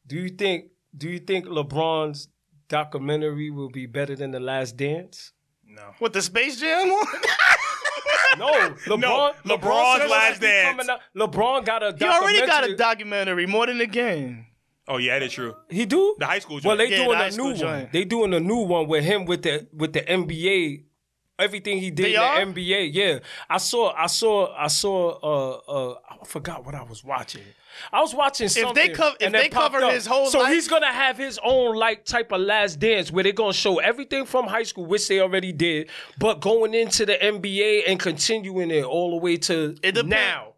Do you think? Do you think LeBron's documentary will be better than The Last Dance?
What the Space Jam? one?
No, LeBron.
LeBron's
LeBron's supposed
Last
to be
Dance.
coming out- LeBron got a.
you already got a
documentary-
documentary more than a game.
Oh yeah, that is true.
He do
The high school
Well,
joint.
they
Yeah, the
doing
high
a
school
new one.
joint.
They doing a new one with him with the with the NBA. Everything he did
They
in
are?
the NBA. Yeah, I saw. I saw. I saw. Uh, uh, I forgot what I was watching. I was watching
they
something.
cov- if
and it
they
popped
cover
up.
his whole
so
life-
he's gonna have his own like type of last dance where they're gonna show everything from high school, which they already did, but going into the NBA and continuing it all the way to
It depend-
now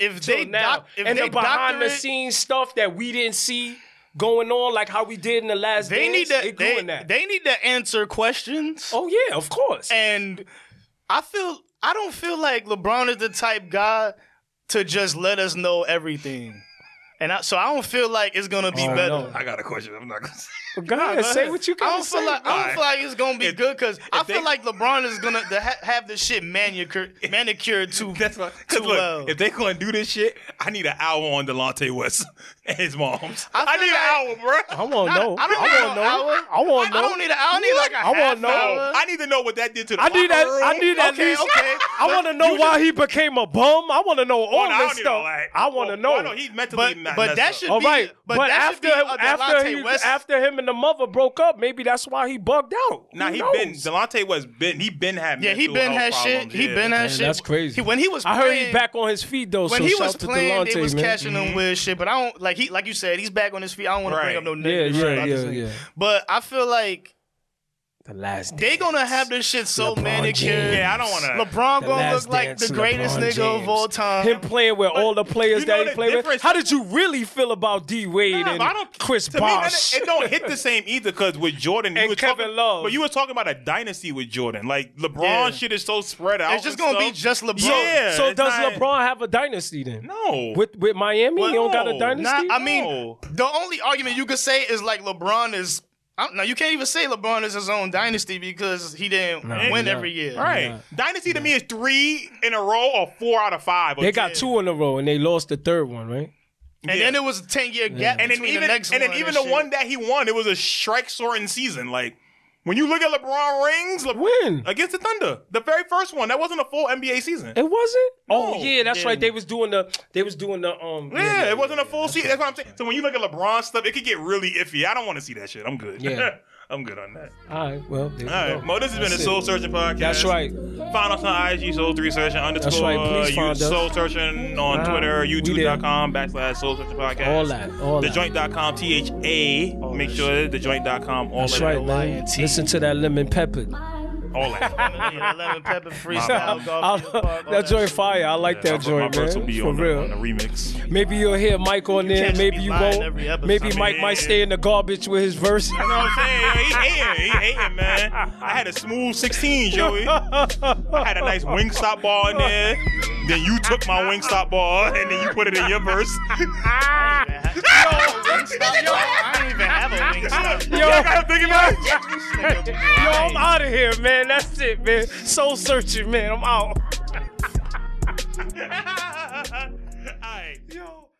If
till
they
now.
doc, if
and
they
the behind
doctor
the
it,
scenes stuff that we didn't see going on, like how we did in the last
they need
dance.
to.
it grew
They,
in that.
they need to answer questions.
oh yeah, of course.
And I feel I don't feel like LeBron is the type guy to just let us know everything. And I, so I don't feel like it's gonna be better.
no.
I got a question. I'm not gonna. Say.
go ahead, say what you
I
got
don't
to
feel
say.
like I don't feel like it's gonna be
If-
good because I
if they-
feel like LeBron is gonna to ha- have this shit manicured manicured too.
That's what. Cause
too
look,
well.
if they gonna do this shit, I need an hour on Delonte West and his moms. I,
I feel
need an hour, bro.
I want to know.
I don't
I
need
want to
no
know.
hour.
I want to
I
know.
don't need a, I don't need like a
I wanna
half
know.
hour.
I need to know what that did to the.
I
locker
need that.
Room.
I need at
Okay,
least.
okay.
I want to know why he became a bum. I want to know all
Oh, no, I
this
don't need all
stuff.
that.
I want to
Well,
know.
well, no, he's mentally
but
not
but
messed
that
up.
should
all
be
right,
but,
but,
that should
after
be a
after
Delonte
he,
West
after him and the mother broke up, maybe that's why he bugged out.
Nah,
Who
he
knows?
been Delonte was been. He been had.
yeah he
mental
been had
health
shit
problems,
he
yeah.
been had
Man,
shit
that's crazy.
He- when he was
I heard
playing,
he back on his feet though.
when
so
he
shout
was
out to
playing,
Delonte,
they was
man. Mm-hmm.
catching him with shit. But I don't like he like you said, he's back on his feet. I don't want
Right.
to bring up no
Yeah,
negative shit
yeah,
about this
yeah,
nigga.
yeah.
But I feel like
The last
they gonna have this shit so
LeBron
manicured.
James.
Yeah, I don't want to.
LeBron gonna
Last
look like
Dance,
the greatest
LeBron
nigga of
James.
all time.
him playing with all the players
you know
that
the
he played with.
difference-
How did you really feel about D Wade
Nah,
and
but I don't-
Chris
to me, none of-
Bosh?
it don't hit the same either because with Jordan, you
And
were
Kevin
talking,
Love.
but you were talking about a dynasty with Jordan. Like LeBron,
Yeah.
shit is so spread out.
it's just
and
gonna be
stuff.
just LeBron.
so,
Yeah,
so
it's
does
not-
LeBron have a dynasty then?
no.
With with Miami,
Well,
he don't got a
no.
Nah,
dynasty.
I mean,
No.
the only argument you could say is like LeBron is. I don't, no, you can't even say LeBron is his own dynasty because he didn't win
Yeah.
every year.
right,
Nah.
dynasty to me is three in a row or four out of five. or
they got
ten.
two in a row and they lost the third one, right?
And
Yeah.
then it was a ten year gap
and then
between
even
the next
and then
one
even the
and shit.
one that he won, it was a strike soaring season. Like when you look at LeBron rings, Le-
When
against the Thunder, the very first one, that wasn't a full NBA season.
it wasn't.
No.
oh yeah, that's right. They was doing the they was doing the um.
yeah, it wasn't a full season. That's what I'm saying. So when you look at LeBron stuff, it could get really iffy. I don't want to see that shit. I'm good.
Yeah.
I'm good on that.
All right, well, there we
All
go.
right, Mo, this has been the
That's
Soul
it.
Searching podcast.
That's right.
Find us on IG Soul Three Searching underscore.
right. Please
you
find us.
Soul Searching on
Uh,
Twitter,
we
YouTube.com backslash Soul Searching podcast.
All that, all that.
TheJoint.com, T H A. Make sure TheJoint.com. All
That's
of that.
right, man.
Lion T.
Listen, listen to that lemon pepper.
All that.
Yeah, lemon pepper freestyle
I-
golf. field park, all
that
that
joint
shit.
fire. I like that
my
joint, man.
verse will be
For
on the, on the
real.
remix.
Maybe you'll hear Mike on there.
catch
Maybe
me
you
lying
won't.
every episode.
Maybe
I mean,
Mike might
yeah.
stay in the garbage with his verse.
You know what I'm saying? He hating, he hating, man. I had a smooth 16, Joey. I had a nice wing stop ball in there. Then you took my wing stop ball and then you put it in your verse.
Wingstop, yo, I ain't even have a Wingstop.
Yo, I gotta think about it.
Yo, I'm out of here, man. That's it, man. Soul searching, man. I'm out.
All right. Yo.